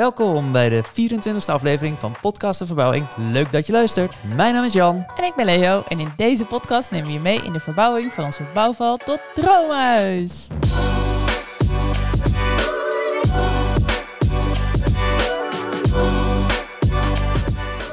Welkom bij de 24e aflevering van Podcast de Verbouwing. Leuk dat je luistert. Mijn naam is Jan. En ik ben Leo en in deze podcast nemen we je mee in de verbouwing van onze bouwval tot droomhuis.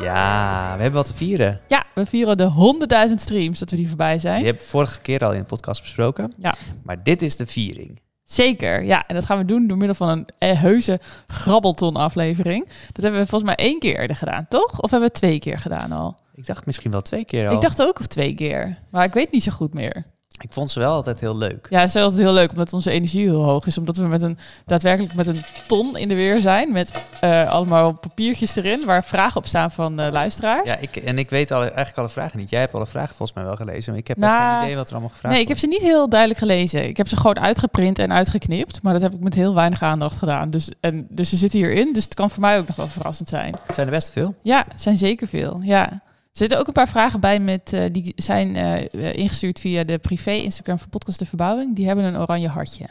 Ja, we hebben wat te vieren. Ja, we vieren de 100.000 streams dat we die voorbij zijn. Je hebt vorige keer al in de podcast besproken. Ja. Maar dit is de viering. Zeker, ja. En dat gaan we doen door middel van een eh, heuse grabbelton aflevering. Dat hebben we volgens mij één keer eerder gedaan, toch? Of hebben we het twee keer gedaan al? Ik dacht misschien wel twee keer al. Ik dacht ook nog twee keer, maar ik weet niet zo goed meer. Ik vond ze wel altijd heel leuk. Ja, het is wel altijd heel leuk omdat onze energie heel hoog is. Omdat we met een, daadwerkelijk met een ton in de weer zijn. Met eh, allemaal papiertjes erin waar vragen op staan van eh, luisteraars. Ja, ik, en ik weet alle, eigenlijk alle vragen niet. Jij hebt alle vragen volgens mij wel gelezen, maar ik heb Nou, echt geen idee wat er allemaal gevraagd Nee, ik heb ze niet heel duidelijk gelezen. Ik heb ze gewoon uitgeprint en uitgeknipt. Maar dat heb ik met heel weinig aandacht gedaan. Dus, en, dus ze zitten hierin. Dus het kan voor mij ook nog wel verrassend zijn. wordt. Het zijn er best veel. Ja, het zijn zeker veel. Ja. Er zitten ook een paar vragen bij met, eh, die zijn eh, eh, ingestuurd via de privé Instagram van Podcast de Verbouwing. Die hebben een oranje hartje.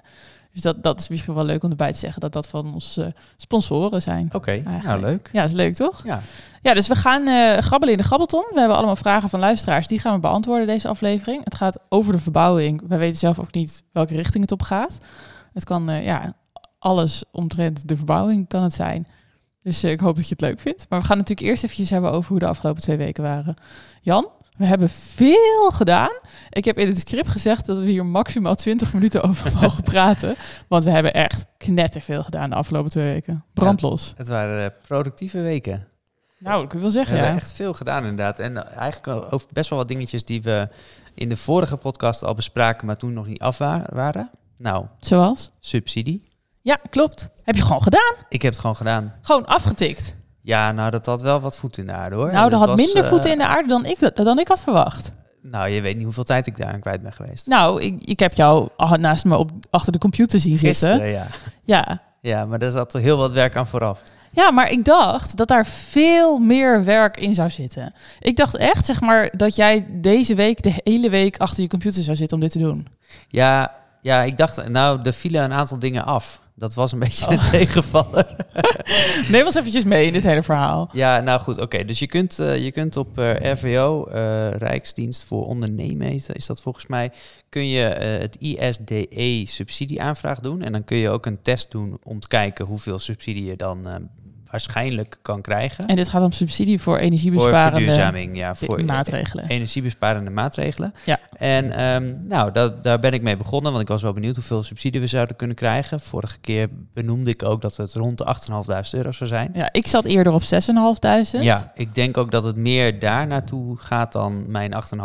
Dus dat, dat is misschien wel leuk om erbij te zeggen dat dat van onze sponsoren zijn. Oké, nou Eigenlijk. leuk. Ja, is leuk toch? Ja. Ja, dus we gaan eh, grabbelen in de grabbelton. We hebben allemaal vragen van luisteraars. Die gaan we beantwoorden deze aflevering. Het gaat over de verbouwing. We weten zelf ook niet welke richting het op gaat. Het kan, eh, ja, alles omtrent de verbouwing kan het zijn. Dus eh, ik hoop dat je het leuk vindt. Maar we gaan natuurlijk eerst eventjes hebben over hoe de afgelopen twee weken waren. Jan, we hebben veel gedaan. Ik heb in het script gezegd dat we hier maximaal 20 minuten over mogen praten. Want we hebben echt knetterveel gedaan de afgelopen twee weken. Brandlos. Het waren eh, productieve weken. Nou, ik wil zeggen, We ja. hebben echt veel gedaan inderdaad. En eh, eigenlijk over best wel wat dingetjes die we in de vorige podcast al bespraken, maar toen nog niet af wa- waren. Nou, Zoals? subsidie. Ja, klopt. Heb je gewoon gedaan. Ik heb het gewoon gedaan. Gewoon afgetikt. Ja, nou dat had wel wat voet in de aarde hoor. nou, dat had was, minder eh, voeten in de aarde dan ik, dan ik had verwacht. Nou, je weet niet hoeveel tijd ik daar aan kwijt ben geweest. Nou, ik, ik heb jou ah, naast me op, achter de computer zien zitten. Gisteren, ja. Ja. Ja, maar daar zat heel wat werk aan vooraf. ja, maar ik dacht dat daar veel meer werk in zou zitten. Ik dacht echt, zeg maar, dat jij deze week de hele week achter je computer zou zitten om dit te doen. Ja, ja ik dacht, nou, er vielen een aantal dingen af. Dat was een beetje Oh. een tegenvaller. Neem ons eventjes mee in dit hele verhaal. Ja, nou goed, oké. Dus je kunt, eh, je kunt op eh, RVO, eh, Rijksdienst voor Ondernemen, is, is dat volgens mij, kun je eh, het ISDE-subsidieaanvraag E doen. En dan kun je ook een test doen om te kijken hoeveel subsidie je dan eh, waarschijnlijk kan krijgen. En dit gaat om subsidie voor voor energiebesparende verduurzaming, ja, eh, voor eh, maatregelen. energiebesparende maatregelen. Ja. En ehm, nou, dat, daar ben ik mee begonnen, want ik was wel benieuwd hoeveel subsidie we zouden kunnen krijgen. Vorige keer benoemde ik ook dat het rond de 8.500 euro zou zijn. Ja, ik zat eerder op 6.500. Ja, ik denk ook dat het meer daar naartoe gaat dan mijn 8.500.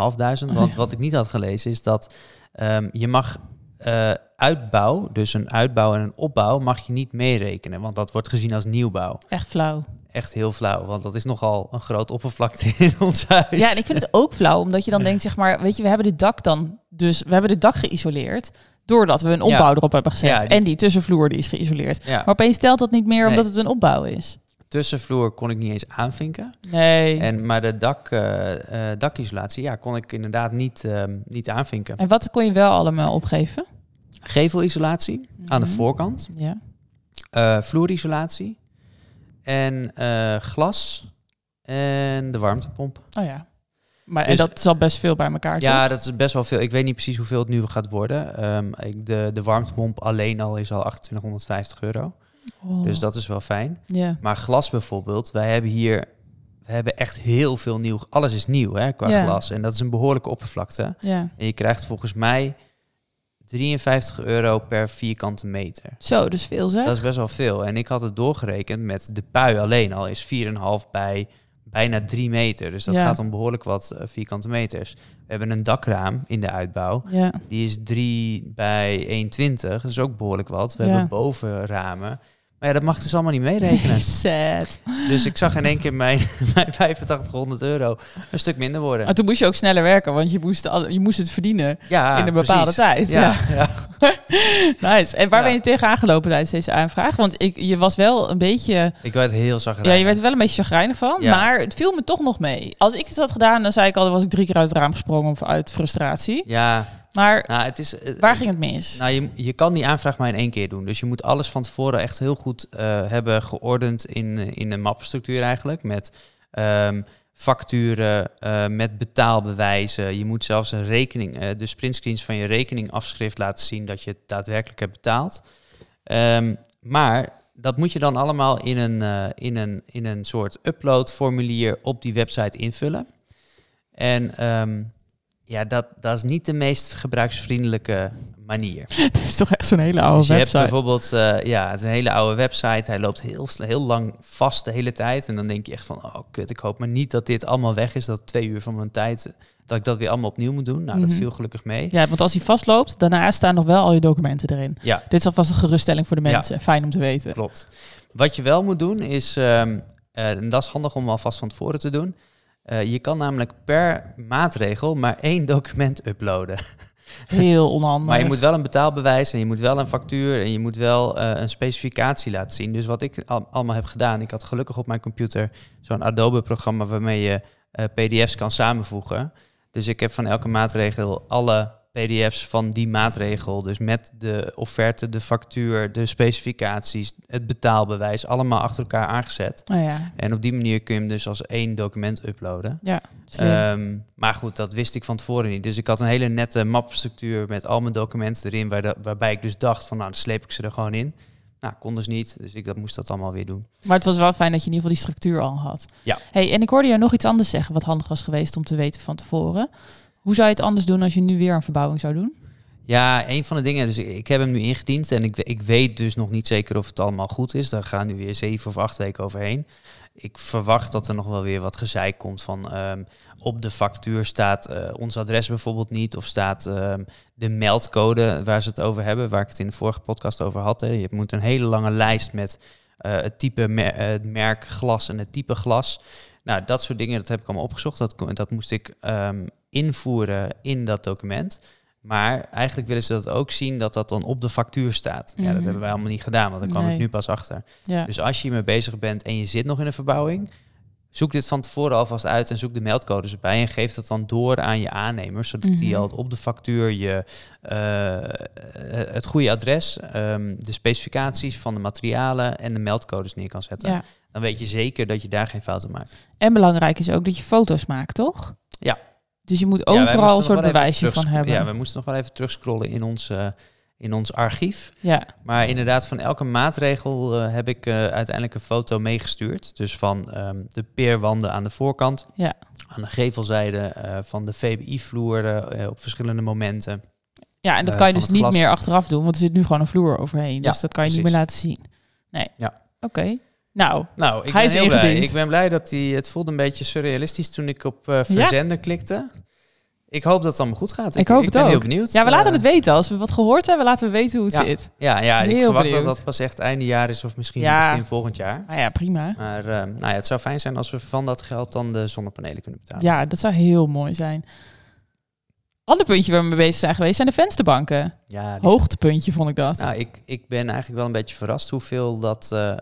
Want wat ik niet had gelezen is dat ehm, je mag eh, uitbouw, dus een uitbouw en een opbouw, mag je niet meerekenen. Want dat wordt gezien als nieuwbouw. Echt flauw. Echt heel flauw, want dat is nogal een groot oppervlakte in ons huis. Ja, en ik vind het ook flauw, omdat je dan denkt, zeg maar, weet je, we hebben dit dak dan, dus we hebben dit dak geïsoleerd, doordat we een opbouw erop hebben gezet. Ja, die- En die tussenvloer die is geïsoleerd. Ja, Maar opeens telt dat niet meer, Nee. omdat het een opbouw is. tussenvloer kon ik niet eens aanvinken. Nee. En, En, maar de dak, eh, eh, dakisolatie ja, kon ik inderdaad niet, ehm, niet aanvinken. wat kon je wel allemaal opgeven? Gevelisolatie aan de Mhm. voorkant. Ja. eh, vloerisolatie en eh, glas en de warmtepomp. Oh ja. Maar Dus- en dat zat best veel bij elkaar, toch? Ja, dat is best wel veel. Ik weet niet precies hoeveel het nu gaat worden. Ehm, ik, de, de warmtepomp alleen al is al 2850 euro. Oh. Dus dat is wel fijn. Ja. Maar glas bijvoorbeeld, wij hebben hier we hebben echt heel veel nieuw. Alles is nieuw hè, qua Ja. glas. En dat is een behoorlijke oppervlakte. ja. En je krijgt volgens mij 53 euro per vierkante meter. Zo, dus veel zeg. Dat is best wel veel. En ik had het doorgerekend met de pui alleen al is 4,5 bij bijna 3 meter. Dus dat Ja. gaat om behoorlijk wat eh, vierkante meters. We hebben een dakraam in de uitbouw. Ja. Die is 3 bij 1,20. Dat is ook behoorlijk wat. We Ja. hebben bovenramen. Maar ja, dat mag dus allemaal niet meerekenen. Sad. dus ik zag in één keer mijn, mijn 8500 euro een stuk minder worden. Maar toen moest je ook sneller werken, want je moest, al- je moest het verdienen Ja, in een bepaalde precies. tijd. ja. Ja, ja. Nice. En waar Ja. ben je tegenaan gelopen tijdens deze aanvraag? Want ik, je was wel een beetje... Ik werd heel zag Ja, je werd er wel een beetje chagrijnig van. Ja. Maar het viel me toch nog mee. Als ik dit had gedaan, dan zei ik al... dan was ik drie keer uit het raam gesprongen of uit frustratie. Ja, Maar Nou, het is, eh, waar ging het mis? Nou, je, je kan die aanvraag maar in één keer doen. Dus je moet alles van tevoren echt heel goed eh, hebben geordend in, eh, in een mappenstructuur eigenlijk. Met ehm, facturen, eh, met betaalbewijzen. Je moet zelfs een rekening, eh, dus printscreens van je rekeningafschrift laten zien dat je het daadwerkelijk hebt betaald. Ehm, maar dat moet je dan allemaal in een, eh, in een, in een soort uploadformulier op die website invullen. En ehm, ja, dat, dat is niet de meest gebruiksvriendelijke manier. Het is toch echt zo'n hele oude Dus je hebt website. bijvoorbeeld, eh, ja, het is een hele oude website. Hij loopt heel, sne- heel lang vast de hele tijd. En dan denk je echt van, oh kut, ik hoop maar niet dat dit allemaal weg is. Dat twee uur van mijn tijd, eh, dat ik dat weer allemaal opnieuw moet doen. Nou, Mhm. dat viel gelukkig mee. Ja, want als hij vastloopt, daarna staan nog wel al je documenten erin. Ja. Dit is alvast een geruststelling voor de Ja. mensen. Fijn om te weten. Klopt. Wat je wel moet doen is, ehm, eh, en dat is handig om alvast van tevoren te doen. eh, je kan namelijk per maatregel maar één document uploaden. Heel onhandig. Maar je moet wel een betaalbewijs en je moet wel een factuur en je moet wel eh, een specificatie laten zien. Dus wat ik al- allemaal heb gedaan, ik had gelukkig op mijn computer zo'n Adobe-programma waarmee je eh, PDF's kan samenvoegen. Dus ik heb van elke maatregel alle PDF's van die maatregel, dus met de offerte, de factuur, de specificaties, het betaalbewijs, allemaal achter elkaar aangezet. Oh ja, En op die manier kun je hem dus als één document uploaden. slim. Ehm, maar goed, dat wist ik van tevoren niet. Dus ik had een hele nette mapstructuur met al mijn documenten erin, waar de- waarbij ik dus dacht van nou, dan sleep ik ze er gewoon in. Nou, kon dus niet, dus ik dat, moest dat allemaal weer doen. Maar het was wel fijn dat je in ieder geval die structuur al had. Ja. Hey, en ik hoorde jou nog iets anders zeggen wat handig was geweest om te weten van tevoren. Hoe zou je het anders doen als je nu weer een verbouwing zou doen? Ja, een van de dingen, dus ik, ik heb hem nu ingediend en ik, we- ik weet dus nog niet zeker of het allemaal goed is. Daar gaan nu weer zeven of acht weken overheen. Ik verwacht dat er nog wel weer wat gezeik komt van ehm, op de factuur staat eh, ons adres bijvoorbeeld niet of staat ehm, de meldcode waar ze het over hebben, waar ik het in de vorige podcast over had. Hè. Je moet een hele lange lijst met eh, het type mer- eh, het merk glas en het type glas. Nou, dat soort dingen, dat heb ik allemaal opgezocht. Dat, kon- dat moest ik ehm, invoeren in dat document. Maar eigenlijk willen ze dat ook zien dat dat dan op de factuur staat. Ja, Mhm. dat hebben wij allemaal niet gedaan, want daar kwam Nee. ik nu pas achter. Ja. Dus als je hiermee bezig bent en je zit nog in een verbouwing, zoek dit van tevoren alvast uit en zoek de meldcodes erbij en geef dat dan door aan je aannemer, zodat die Mhm. al op de factuur je eh, het goede adres, ehm, de specificaties van de materialen en de meldcodes neer kan zetten. ja. Dan weet je zeker dat je daar geen fouten maakt. En belangrijk is ook dat je foto's maakt, toch? Ja. Dus je moet Ja, wij moesten overal een nog soort wel even bewijsje van terugscro- hebben. Ja, we moesten nog wel even terugscrollen in ons, eh, in ons archief. ja. Maar inderdaad, van elke maatregel eh, heb ik eh, uiteindelijk een foto meegestuurd. Dus van ehm, de peerwanden aan de voorkant, Ja. aan de gevelzijde, eh, van de VBI-vloer eh, op verschillende momenten. Ja, en dat Eh, kan je van dus het niet glas. meer achteraf doen, want er zit nu gewoon een vloer overheen. Ja, dus dat kan je niet precies. meer laten zien. Nee. Ja. Oké. Nou, Nou, ik Hij ben is heel blij. ingediend. Ik ben blij dat hij... Het voelde een beetje surrealistisch toen ik op eh, verzenden klikte. Ik hoop dat het allemaal goed gaat. Ik hoop ik het ben heel ook. benieuwd. ja, we laten Eh, het weten. Als we wat gehoord hebben, laten we weten hoe het Ja. zit. Ja, ja ik Heel verwacht dat benieuwd. dat pas echt einde jaar is of misschien Ja. begin volgend jaar. Nou ja, prima. Maar eh, nou ja, het zou fijn zijn als we van dat geld dan de zonnepanelen kunnen betalen. Ja, dat zou heel mooi zijn. Ander puntje waar we mee bezig zijn geweest zijn de vensterbanken. Ja, die Hoogtepuntje vond ik dat. Nou, ik, ik ben eigenlijk wel een beetje verrast hoeveel, dat, eh,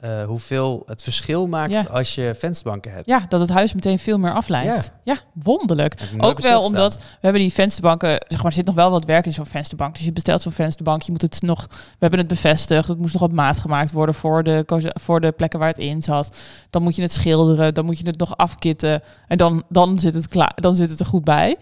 eh, hoeveel het verschil maakt Ja. als je vensterbanken hebt. Ja, dat het huis meteen veel meer afleidt. Ja, wonderlijk. Ik moet Ook even wel stilstaan. omdat we hebben die vensterbanken, zeg maar, er zit nog wel wat werk in zo'n vensterbank. Dus je bestelt zo'n vensterbank, je moet het nog, we hebben het bevestigd, het moest nog op maat gemaakt worden voor de, koze- voor de plekken waar het in zat. Dan moet je het schilderen, dan moet je het nog afkitten en dan, dan, zit, het klaar, dan zit het er goed bij.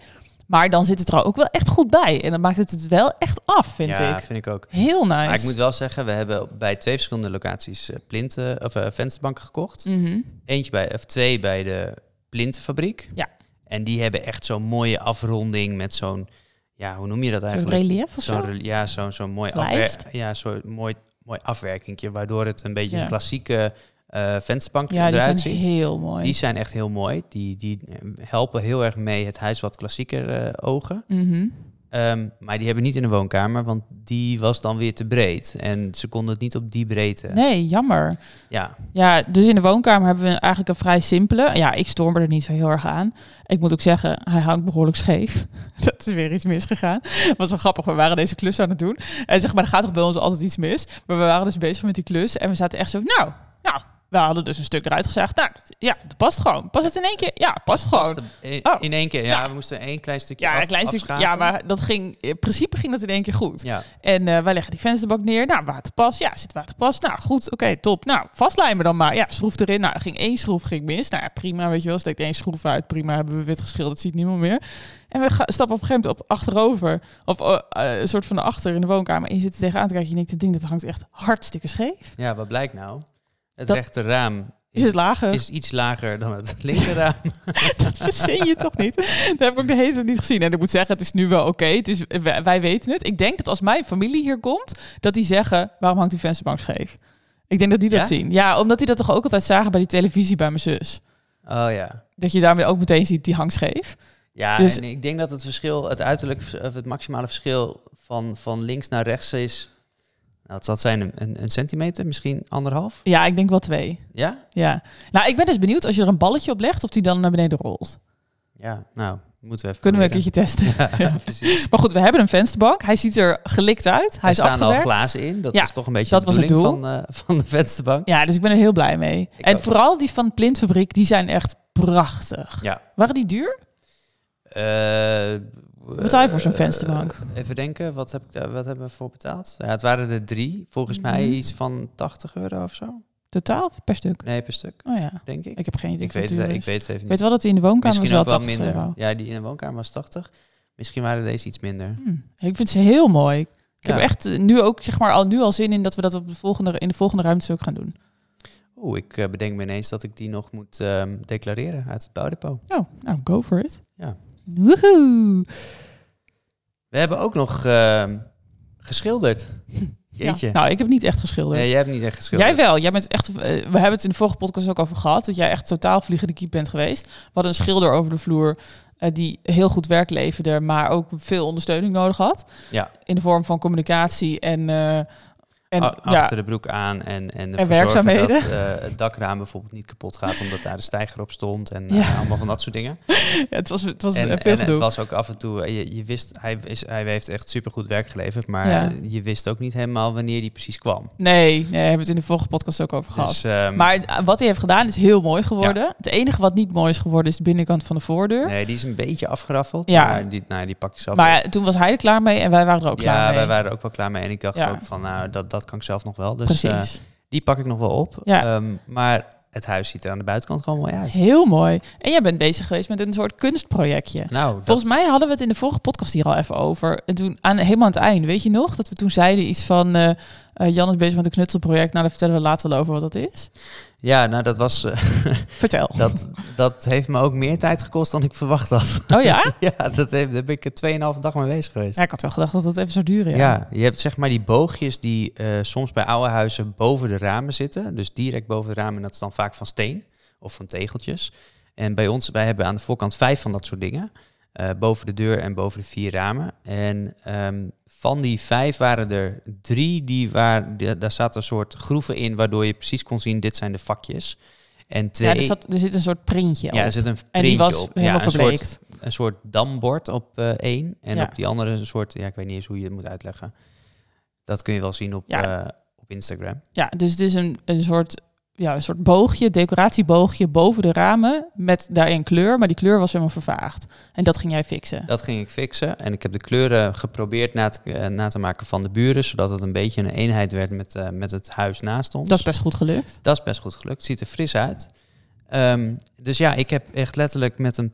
Maar dan zit het er ook wel echt goed bij en dan maakt het het wel echt af, vind ja, ik. vind ik ook. Heel nice. Maar ik moet wel zeggen, we hebben bij twee verschillende locaties eh, plinten of eh, vensterbanken gekocht. Mhm. Eentje bij, of twee bij de plintenfabriek. Ja. En die hebben echt zo'n mooie afronding met zo'n, ja, hoe noem je dat Zo'n eigenlijk? relief of zo? Zo'n rel- ja, zo'n zo'n mooi, Lijst? afwer- ja, zo'n mooi, mooi afwerkingje, waardoor het een beetje Ja. een klassieke eh vensterbank Ja, die zijn eruit ziet. heel mooi. Die zijn echt heel mooi. Die, die eh, helpen heel erg mee het huis wat klassieker eh, ogen. Mhm. Ehm, maar die hebben niet in de woonkamer, want die was dan weer te breed. En ze konden het niet op die breedte. Nee, jammer. Ja, Ja, dus in de woonkamer hebben we eigenlijk een vrij simpele. Ja, ik storm me er niet zo heel erg aan. Ik moet ook zeggen, hij hangt behoorlijk scheef. Dat is weer iets misgegaan. Was wel grappig, we waren deze klus aan het doen. En zeg maar, er gaat toch bij ons altijd iets mis. Maar we waren dus bezig met die klus. En we zaten echt zo, nou, nou, we hadden dus een stuk eruit gezaagd. Nou, dat- ja, dat past gewoon. Past het in één keer? Ja, past gewoon. Past er- eh, Oh. In één keer, ja, Ja. we moesten één klein stukje Ja, af- een klein stukje. afschaven. Ja, maar dat ging, in principe ging dat in één keer goed. Ja, En eh, wij leggen die vensterbak neer. Nou, waterpas. Ja, zit waterpas. Nou, goed. Oké, top. Nou, vastlijmen dan maar. Ja, schroef erin. Nou, ging één schroef ging mis. Nou ja, prima. Weet je wel, steekt één schroef uit. Prima, hebben we wit geschilderd. Ziet niemand meer. En we ga- stappen op een gegeven moment op achterover. Of eh, eh, een soort van achter in de woonkamer. En je zit er tegenaan te kijken. Je denkt, dit ding dat hangt echt hartstikke scheef. ja, wat blijkt nou? Het Dat- rechter raam Is het lager? is iets lager dan het linkerraam. dat verzin je toch niet? Dat heb ik ook de hele tijd niet gezien. En ik moet zeggen, het is nu wel oké. Het is- wij, wij weten het. Ik denk dat als mijn familie hier komt, dat die zeggen, waarom hangt die vensterbank scheef? Ik denk dat die dat Ja? zien. Ja, omdat die dat toch ook altijd zagen bij die televisie bij mijn zus. Oh ja. Dat je daarmee ook meteen ziet, die hangt scheef. Ja, Dus- en ik denk dat het verschil, het uiterlijk, vers- of het maximale verschil van, van links naar rechts is. Nou, het zal zijn een, een, een centimeter, misschien anderhalf. Ja, ik denk wel twee. Ja? Ja. Nou, ik ben dus benieuwd als je er een balletje op legt, of die dan naar beneden rolt. Ja, nou, moeten we even. Kunnen we een proberen. keertje testen. Ja, precies. Maar goed, we hebben een vensterbank. Hij ziet er gelikt uit. Hij Er is staan al afgewerkt. glazen in. Dat Ja, was toch een beetje dat de was het bedoeling van, eh, van de vensterbank. Ja, dus ik ben er heel blij mee. Ik en ook. vooral die van Plintfabriek, die zijn echt prachtig. Ja. Waren die duur? Eh, betaal je voor zo'n eh, vensterbank? even denken, wat, heb ik, daar- wat hebben we voor betaald? Ja, het waren er drie. Volgens Mhm. mij iets van 80 euro of zo. Totaal of per stuk? Nee, per stuk, Oh ja, denk ik. ik heb geen idee. Ik weet, het, het, ik weet het even niet. weet wel dat die in de woonkamer Misschien was ook wel wel 80 minder. euro. Ja, die in de woonkamer was 80. Misschien waren deze iets minder. Hm. Ik vind ze heel mooi. Ik Ja. heb echt eh, nu ook zeg maar, al, nu al zin in dat we dat op de volgende, in de volgende ruimte ook gaan doen. Oeh, ik eh, bedenk me ineens dat ik die nog moet ehm, declareren uit het bouwdepot. Oh, nou, go for it. Ja. Woehoe. We hebben ook nog ehm, geschilderd. Jeetje. Ja. Nou, ik heb niet echt geschilderd. Nee, jij hebt niet echt geschilderd. Jij wel. Jij bent echt, eh, we hebben het in de vorige podcast ook over gehad. Dat jij echt totaal vliegende kiep bent geweest. We hadden een schilder over de vloer. eh, die heel goed werk leverde. Maar ook veel ondersteuning nodig had. Ja. In de vorm van communicatie en. eh, en A- ja, achter de broek aan en, en, En ervoor zorgen werkzaamheden. Dat eh, het dakraam bijvoorbeeld niet kapot gaat omdat daar de stijger op stond en eh, Ja. allemaal van dat soort dingen. het was, het was en eh, en veel het gedoe. was ook af en toe, eh, je, je wist, hij, is, hij heeft echt supergoed werk geleverd, maar Ja. eh, je wist ook niet helemaal wanneer die precies kwam. Nee, nee, we hebben het in de vorige podcast ook over gehad. Dus, ehm, maar eh, wat hij heeft gedaan is heel mooi geworden. Het enige wat niet mooi is geworden is de binnenkant van de voordeur. Nee, die is een beetje afgeraffeld. Ja. Maar die, nou, die pak ik zelf maar wel. ja, toen was hij er klaar mee en wij waren er ook klaar ja, mee. wij waren er ook wel klaar mee. En ik dacht Ja. ook van, nou, dat, dat kan ik zelf nog wel. Dus eh, Precies. die pak ik nog wel op. Ja. Ehm, maar het huis ziet er aan de buitenkant gewoon mooi uit. Heel mooi. En jij bent bezig geweest met een soort kunstprojectje. Nou, dat- Volgens mij hadden we het in de vorige podcast hier al even over. En toen, aan, helemaal aan het eind, weet je nog? Dat we toen zeiden iets van... eh, eh, Jan is bezig met een knutselproject. Nou, daar vertellen we later wel over wat dat is. ja, nou, dat was... eh, Vertel. dat, dat heeft me ook meer tijd gekost dan ik verwacht had. Oh ja? ja, dat heb, daar ben ik er 2,5 dag mee bezig geweest. Ja, ik had wel gedacht dat dat even zou duren. Ja. Ja. je hebt zeg maar die boogjes die eh, soms bij oude huizen boven de ramen zitten. Dus direct boven de ramen. En dat is dan vaak van steen of van tegeltjes. En bij ons, wij hebben aan de voorkant vijf van dat soort dingen. eh, boven de deur en boven de vier ramen. En ehm, van die vijf waren er drie, die waar, da- daar zaten een soort groeven in... waardoor je precies kon zien, dit zijn de vakjes. En twee... Ja, er, zat, er zit een soort printje ja, op. er zit een printje en die was op. Ja, helemaal een soort- verbleekt. een soort dambord op eh, één. En Ja. op die andere een soort, ja, ik weet niet eens hoe je het moet uitleggen. Dat kun je wel zien op, Ja. eh, op Instagram. Ja, dus het is een, een soort... Ja, een soort boogje, decoratieboogje boven de ramen met daarin kleur, maar die kleur was helemaal vervaagd. En dat ging jij fixen. Dat ging ik fixen. En ik heb de kleuren geprobeerd na te, eh, na te maken van de buren, zodat het een beetje een eenheid werd met, eh, met het huis naast ons. Dat is best goed gelukt. Dat is best goed gelukt. Ziet er fris uit. Ehm, dus ja, ik heb echt letterlijk met een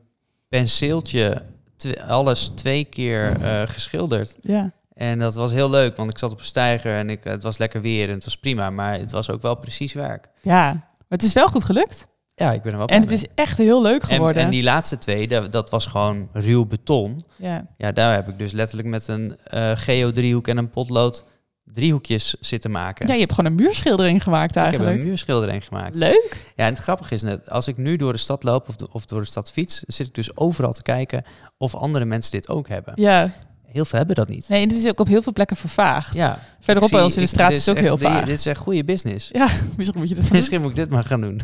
penseeltje tw- alles twee keer eh, geschilderd. Ja. En dat was heel leuk, want ik zat op een steiger en ik, het was lekker weer en het was prima, maar het was ook wel precies werk. Ja, maar het is wel goed gelukt. Ja, ik ben er wel blij En het mee. is echt heel leuk En- geworden. En, die laatste twee, dat, dat was gewoon ruw beton. ja. Ja, daar heb ik dus letterlijk met een eh geodriehoek en een potlood driehoekjes zitten maken. ja, je hebt gewoon een muurschildering gemaakt ik heb eigenlijk. een muurschildering gemaakt. Leuk. Ja, en het grappige is net, als ik nu door de stad loop of, do- of door de stad fiets, zit ik dus overal te kijken of andere mensen dit ook hebben. Ja. Heel veel hebben dat niet. Nee, en dit is ook op heel veel plekken vervaagd. Ja, Verderop ik bij zie- ons in de ik- straat dit is het ook echt- heel dit- vaag. Dit is echt goede business. Misschien moet je dat Misschien moet ik dit maar gaan doen.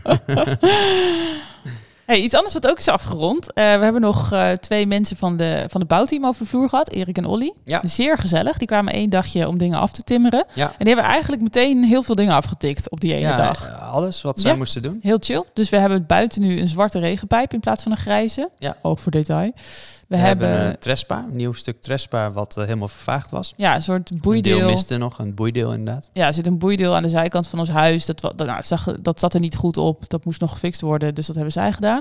Hey, iets anders wat ook is afgerond. Eh, we hebben nog eh, twee mensen van de, van het bouwteam over de vloer gehad. Erik en Olly. Ja. Zeer gezellig. Die kwamen één dagje om dingen af te timmeren. Ja. En die hebben eigenlijk meteen heel veel dingen afgetikt op die ene ja, dag. eh, alles wat zij Ja. moesten doen. Heel chill. Dus we hebben buiten nu een zwarte regenpijp in plaats van een grijze. Ja. Oog voor detail. We, We, hebben, hebben, eh, Trespa, een nieuw stuk Trespa wat eh, helemaal vervaagd was. ja, een soort Een deel boeideel. miste nog, een boeideel inderdaad. Ja, er zit een boeideel aan de zijkant van ons huis. Dat, wa- dat, nou, zag, dat zat er niet goed op. Dat moest nog gefixt worden. Dus dat hebben zij gedaan.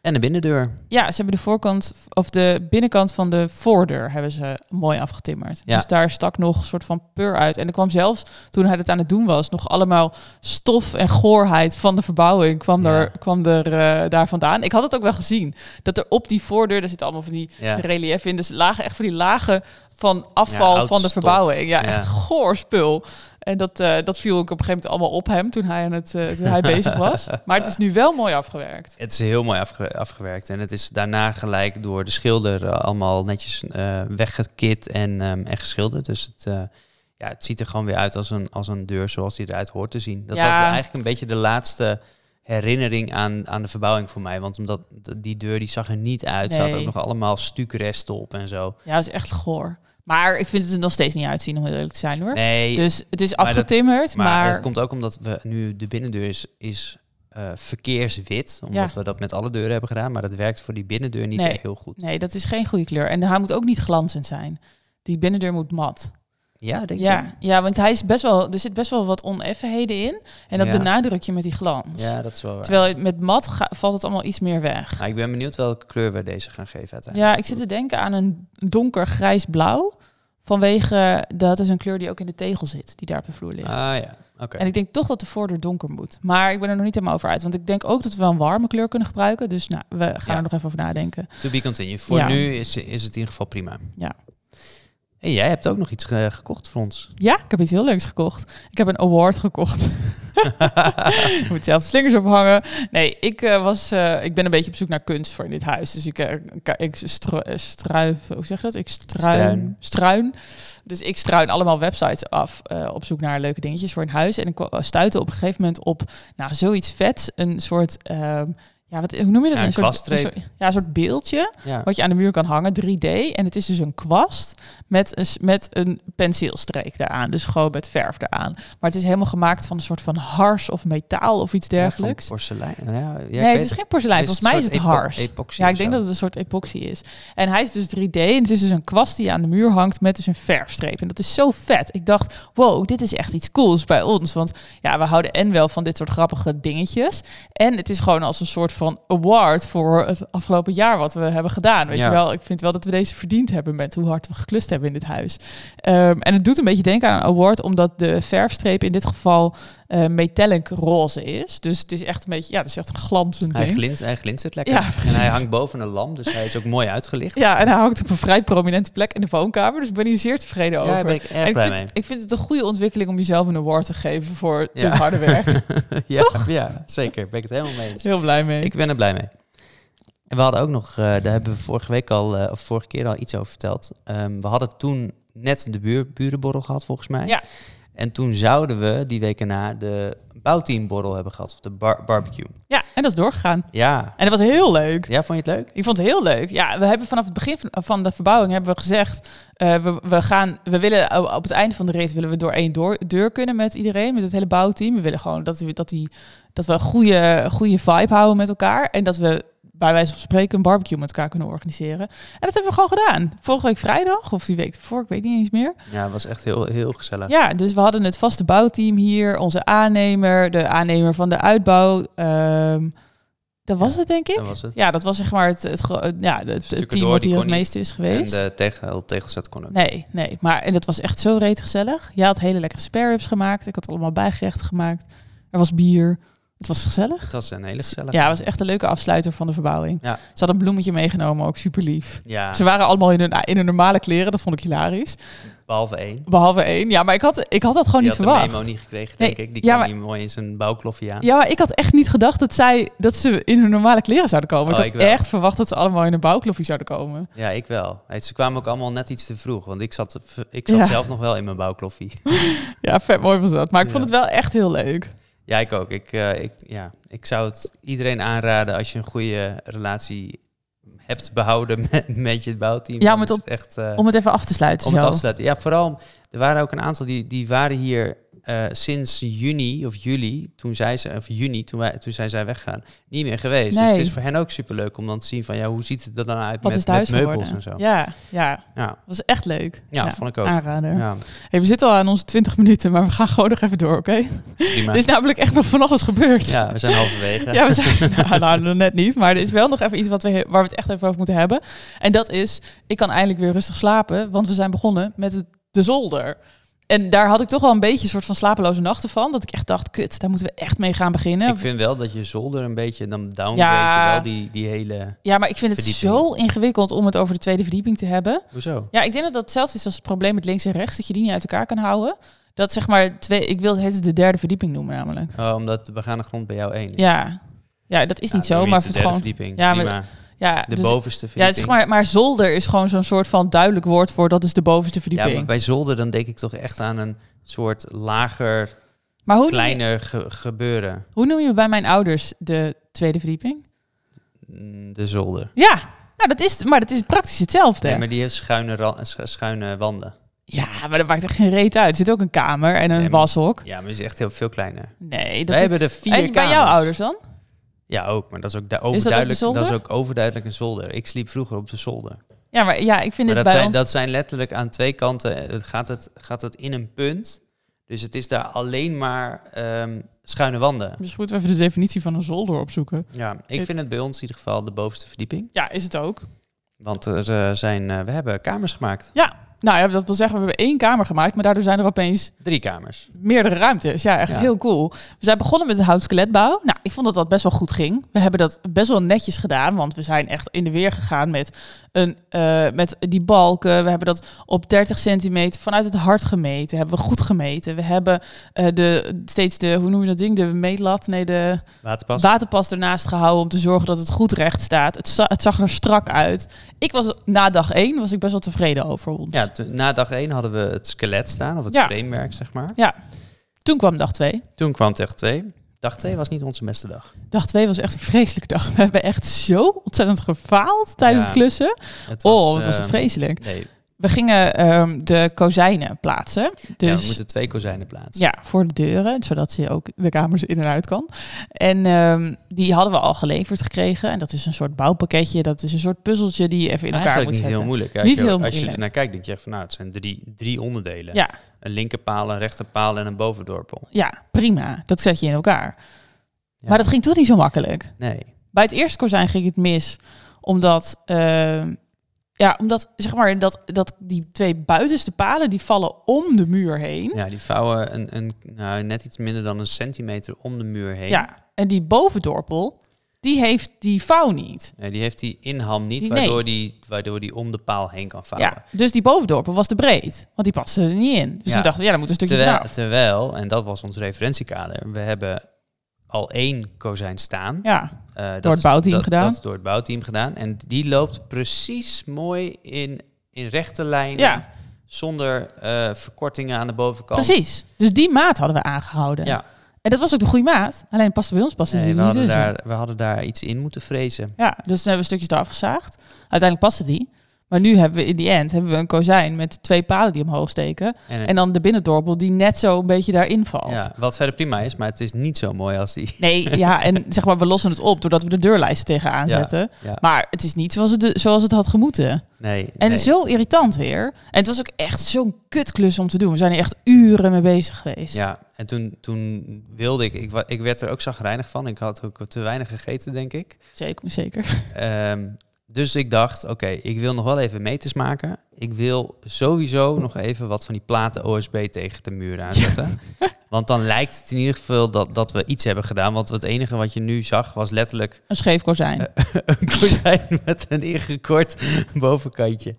En de binnendeur. Ja, ze hebben de voorkant of de binnenkant van de voordeur hebben ze mooi afgetimmerd. Ja. Dus daar stak nog een soort van peur uit. En er kwam zelfs toen hij het aan het doen was, nog allemaal stof en goorheid van de verbouwing kwam Ja. er, kwam er eh, daar vandaan. Ik had het ook wel gezien. Dat er op die voordeur, daar zitten allemaal van die Ja. relief in. Dus lagen echt van die lagen van afval Ja, oud van de stof. verbouwing. Ja, Ja. echt goor spul. En dat, eh, dat viel ook op een gegeven moment allemaal op hem toen hij, aan het, eh, toen hij bezig was. Maar het is nu wel mooi afgewerkt. Het is heel mooi afge- afgewerkt. En het is daarna gelijk door de schilder eh, allemaal netjes eh, weggekit en, ehm, en geschilderd. Dus het, eh, ja, het ziet er gewoon weer uit als een, als een deur zoals die eruit hoort te zien. Dat Ja. was eigenlijk een beetje de laatste herinnering aan, aan de verbouwing voor mij. Want omdat d- die deur die zag er niet uit. Ze had Nee. ook nog allemaal stukresten op en zo. Ja, het is echt goor. Maar ik vind het er nog steeds niet uitzien, om heel eerlijk te zijn hoor. Nee, Dus het is Maar dat- afgetimmerd, Maar, maar, het komt ook omdat we nu de binnendeur is, is eh, verkeerswit. Omdat Ja. we dat met alle deuren hebben gedaan. Maar dat werkt voor die binnendeur niet Nee. echt heel goed. nee, dat is geen goede kleur. En hij moet ook niet glanzend zijn. Die binnendeur moet mat. Ja, denk Ja, je? ja, want hij is best wel, er zit best wel wat oneffenheden in. En dat Ja. benadruk je met die glans. Ja, dat is wel waar. Terwijl met mat ga- valt het allemaal iets meer weg. Nou, ik ben benieuwd welke kleur we deze gaan geven uiteindelijk. Ja, ik zit te denken aan een donker grijs-blauw. Vanwege eh, dat is een kleur die ook in de tegel zit, die daar op de vloer ligt. Ah ja, oké. En ik denk toch dat de voordeur donker moet. Maar ik ben er nog niet helemaal over uit. Want ik denk ook dat we wel een warme kleur kunnen gebruiken. Dus nou, we gaan Ja. er nog even over nadenken. To be continued. Voor Ja. nu is, is het in ieder geval prima. Ja. En jij hebt ook nog iets eh, gekocht voor ons. Ja, ik heb iets heel leuks gekocht. Ik heb een award gekocht. ik moet zelf slingers ophangen. Nee, ik, eh, was, eh, ik ben een beetje op zoek naar kunst voor in dit huis. Dus ik, eh, ka- ik stru- eh, struif... Hoe zeg je dat? Ik struin, Struin. struin. Dus ik struin allemaal websites af eh, op zoek naar leuke dingetjes voor in huis. En ik kwa- stuitte op een gegeven moment op nou, zoiets vets. Een soort... ehm, ja, wat, hoe noem je dat? Ja, een soort- kwaststreep. soort- ja, een soort beeldje Ja. wat je aan de muur kan hangen, 3D. En het is dus een kwast met een, s- met een penseelstreek daaraan. Dus gewoon met verf daaraan. Maar het is helemaal gemaakt van een soort van hars of metaal of iets Ja, van dergelijks. Porselein. Ja, ja, nee, het is geen porselein. Volgens mij is het hars. ja, ik denk dat het... het een soort epoxy is. En hij is dus 3D. En het is dus een kwast die aan de muur hangt met dus een verfstreep. En dat is zo vet. Ik dacht, wow, dit is echt iets cools bij ons. Want ja, we houden en wel van dit soort grappige dingetjes. En het is gewoon als een soort van award voor het afgelopen jaar wat we hebben gedaan. Weet Ja. je wel, ik vind wel dat we deze verdiend hebben met hoe hard we geklust hebben in dit huis. Ehm, en het doet een beetje denken aan een award, omdat de verfstreep in dit geval eh, metallic roze is. Dus het is echt een beetje, ja, het is echt een glanzend Hij ding. glinst, hij glinstert lekker. Ja, en precies. hij hangt boven een lamp, dus hij is ook mooi uitgelicht. Ja, en hij hangt op een vrij prominente plek in de woonkamer. Dus ik ben hier zeer tevreden over. Ja, daar ben ik En erg ik, blij vind, mee. ik vind het een goede ontwikkeling om jezelf een award te geven voor Ja. dit harde werk. Ik ja, ja, zeker. Ben ik het helemaal mee eens. ben heel blij mee. Ik ben er blij mee. En we hadden ook nog, eh, daar hebben we vorige week al, eh, of vorige keer al iets over verteld. Ehm, we hadden toen net de buur, burenborrel gehad, volgens mij. Ja. En toen zouden we die week erna de bouwteamborrel hebben gehad, of de bar- barbecue. Ja, en dat is doorgegaan. Ja. En dat was heel leuk. Ja, vond je het leuk? Ik vond het heel leuk. Ja, we hebben vanaf het begin van, van de verbouwing hebben we gezegd, eh, we, we, gaan, we willen op- op het einde van de rit willen we door één door, deur kunnen met iedereen, met het hele bouwteam. We willen gewoon dat, die- dat, die, dat we een goede, goede vibe houden met elkaar en dat we bij wijze van spreken een barbecue met elkaar kunnen organiseren. En dat hebben we gewoon gedaan. Vorige week vrijdag, of die week ervoor, ik weet niet eens meer. Ja, het was echt heel, heel gezellig. Ja, dus we hadden het vaste bouwteam hier, onze aannemer, de aannemer van de uitbouw. ehm, dat was Ja, het, denk ik. Dat was het. Ja, dat was zeg maar het, het, gro- het- ja, het- het, Stukken team door, wat die hier het kon meeste is geweest. En de tegel, tegelzet kon ook. Nee, nee. Maar en dat was echt zo reet gezellig. Jij had hele lekkere spare ribs gemaakt. Ik had allemaal bijgerechten gemaakt. Er was bier. Het was gezellig. Het was een hele gezellige. Ja, het was echt een leuke afsluiter van de verbouwing. Ja. Ze hadden een bloemetje meegenomen, ook super lief. Ja, Ze waren allemaal in hun, in hun normale kleren, dat vond ik hilarisch. behalve één. Behalve één. Ja, maar ik had, ik had dat gewoon Die niet had verwacht. de memo niet gekregen, Nee, denk ik. Die ja, kwam maar- niet mooi in zijn bouwkloffie aan. Ja, maar ik had echt niet gedacht dat, zij, dat ze in hun normale kleren zouden komen. Oh, ik ik had wel. echt verwacht dat ze allemaal in een bouwkloffie zouden komen. Ja, ik wel. Hey, Ze kwamen ook allemaal net iets te vroeg, want ik zat, ik zat Ja. zelf nog wel in mijn bouwkloffie. Ja, vet mooi was dat. Maar ik vond Ja. het wel echt heel leuk. Ja, ik ook. Ik, eh, ik, ja, ik zou het iedereen aanraden als je een goede relatie hebt behouden met, met je bouwteam. Ja, om Dan het is op- echt, eh, Om het even af te sluiten. om het zo. af te sluiten. Ja, vooral, er waren ook een aantal die, die waren hier eh, sinds juni of juli, toen zij, ze- of juni, toen, wij, toen zij zij weggaan, niet meer geweest. Dus Nee. het is voor hen ook superleuk om dan te zien van, ja, hoe ziet het er dan uit Wat met, is het huis met meubels geworden? en zo. Ja, Ja, ja, ja, was echt leuk. vond ik ook. aanrader. Ja, Hey, we zitten al aan onze 20 minuten, maar we gaan gewoon nog even door, oké? prima. Er is namelijk echt nog van alles gebeurd. ja, we zijn halverwege. Ja, we zijn, nou, nou, net niet, maar er is wel nog even iets wat we, he- waar we het echt even over moeten hebben. En dat is, ik kan eindelijk weer rustig slapen, want we zijn begonnen met het, de zolder. En daar had ik toch wel een beetje een soort van slapeloze nachten van. Dat ik echt dacht, kut, daar moeten we echt mee gaan beginnen. Ik vind wel dat je zolder een beetje, dan downgrade Ja. je wel die, die hele... ja, maar ik vind het Verdieping. zo ingewikkeld om het over de tweede verdieping te hebben. Hoezo? Ja, ik denk dat dat hetzelfde is als het probleem met links en rechts, dat je die niet uit elkaar kan houden. Dat zeg maar twee, ik wil het heet de derde verdieping noemen namelijk. Oh, omdat de begane grond bij jou één is. Ja, ja dat is niet dan zo, doe je maar het het de derde gewoon. verdieping. Ja, Ja, maar- Ja, de dus- bovenste ja, verdieping. zeg maar, maar zolder is gewoon zo'n soort van duidelijk woord voor dat is de bovenste Ja, verdieping. maar maar, bij zolder dan denk ik toch echt aan een soort Oh, lager, hoe, noem je, kleiner ge- gebeuren. hoe noem je bij mijn ouders de tweede verdieping? Mm, De zolder. Ja, nou, dat is, maar dat is praktisch hetzelfde. Nee, maar die heeft schuine, ra- schu- schuine wanden. Ja, maar dat maakt echt geen reet uit. Er zit ook een kamer en een Nee, maar- washok. Ja, maar die is echt heel veel kleiner. Nee, dat Wij hebben er vier en bij kamers. jouw ouders dan? Ja, ook. Maar dat is ook, da- de overduidelijk, dat, zolder? is ook overduidelijk een zolder. Ik sliep vroeger op de zolder. Ja, maar ja, ik vind Maar het dat bij zijn, ons... dat zijn letterlijk aan twee kanten. eh, Het gaat, het, gaat het in een punt. Dus het is daar alleen maar ehm, schuine wanden. Misschien Dus moeten we even de definitie van een zolder opzoeken. Ja, ik Het- vind het bij ons in ieder geval de bovenste verdieping. Ja, is het ook. Want er eh, zijn, eh, we hebben kamers gemaakt. Nou ja, dat wil zeggen, we hebben één kamer gemaakt, maar daardoor zijn er opeens Drie kamers. meerdere ruimtes. Ja, echt Ja. heel cool. We zijn begonnen met het houtskeletbouw. Nou, ik vond dat dat best wel goed ging. We hebben dat best wel netjes gedaan, want we zijn echt in de weer gegaan met, een, eh, met die balken. We hebben dat op 30 centimeter vanuit het hart gemeten. Hebben we goed gemeten. We hebben eh, de, steeds de, hoe noem je dat ding? De meetlat? Nee, de Waterpas. waterpas ernaast gehouden om te zorgen dat het goed recht staat. Het, za- het zag er strak uit. Ik was na dag één was ik best wel tevreden over ons. ja, t- na dag één hadden we het skelet staan, of het Ja. framewerk, zeg maar. Toen kwam dag twee. Toen kwam dag twee. Dag twee was niet onze beste dag. Dag 2 was echt een vreselijke dag. We hebben echt zo ontzettend gefaald tijdens Ja, het klussen. Het oh, wat was het eh, vreselijk. Nee, We gingen ehm, de kozijnen plaatsen. Dus ja, we moeten twee kozijnen plaatsen. ja, voor de deuren, zodat ze ook de kamers in en uit kan. En ehm, die hadden we al geleverd gekregen. En dat is een soort bouwpakketje. Dat is een soort puzzeltje die je even in elkaar Nou, Eigenlijk moet niet zetten. heel moeilijk. Als Niet je, heel als je moeilijk. ernaar kijkt, denk je echt van nou, het zijn drie, drie onderdelen. Ja. Een linkerpaal, een rechterpaal en een bovendorpel. Ja, prima. Dat zet je in elkaar. Ja. Maar dat ging toch niet zo makkelijk. Nee. Bij het eerste kozijn ging het mis, omdat, ehm, ja, omdat zeg maar, dat, dat die twee buitenste palen die vallen om de muur heen. Ja, die vouwen een, een, nou, net iets minder dan een centimeter om de muur heen. Ja, en die bovendorpel, die heeft die vouw niet. Nee, die heeft die inham niet, Die- nee. waardoor, die, waardoor die om de paal heen kan vouwen. Ja, dus die bovendorpel was te breed, want die paste er niet in. Dus Ja. we dachten, ja, dan moet een stukje Terwijl, vanaf. terwijl, en dat was ons referentiekader, we hebben al één kozijn staan. Ja, Eh, dat het is- bouwteam dat- gedaan. Dat is door het bouwteam gedaan. En die loopt precies mooi in, in rechte lijnen. Ja. Zonder eh, verkortingen aan de bovenkant. precies. Dus die maat hadden we aangehouden. Ja. En dat was ook de goede maat, alleen paste bij ons paste Nee, die we, er dus niet hadden tussen. daar, we hadden daar iets in moeten vrezen. Ja, dus toen hebben we stukjes eraf gezaagd. Uiteindelijk paste die. Maar nu hebben we in die end hebben we een kozijn met twee palen die omhoog steken. En, En dan de binnendorpel die net zo een beetje daarin valt. ja, wat verder prima is, maar het is niet zo mooi als die. Nee, ja, en zeg maar, we lossen het op doordat we de deurlijsten tegenaan Ja, zetten. ja. Maar het is niet zoals het, zoals het had gemoeten. Nee. En nee. zo irritant weer. En het was ook echt zo'n kutklus om te doen. We zijn er echt uren mee bezig geweest. Ja, en toen, toen wilde ik, ik, wa- ik werd er ook zagrijnig van. Ik had ook te weinig gegeten, denk ik. Zeker, zeker. Ehm, dus ik dacht, oké, ik wil nog wel even meters maken. Ik wil sowieso nog even wat van die platen OSB tegen de muur aanzetten. Want dan lijkt het in ieder geval dat, dat we iets hebben gedaan. Want het enige wat je nu zag was letterlijk Een scheef kozijn. Eh, een kozijn met een ingekort bovenkantje.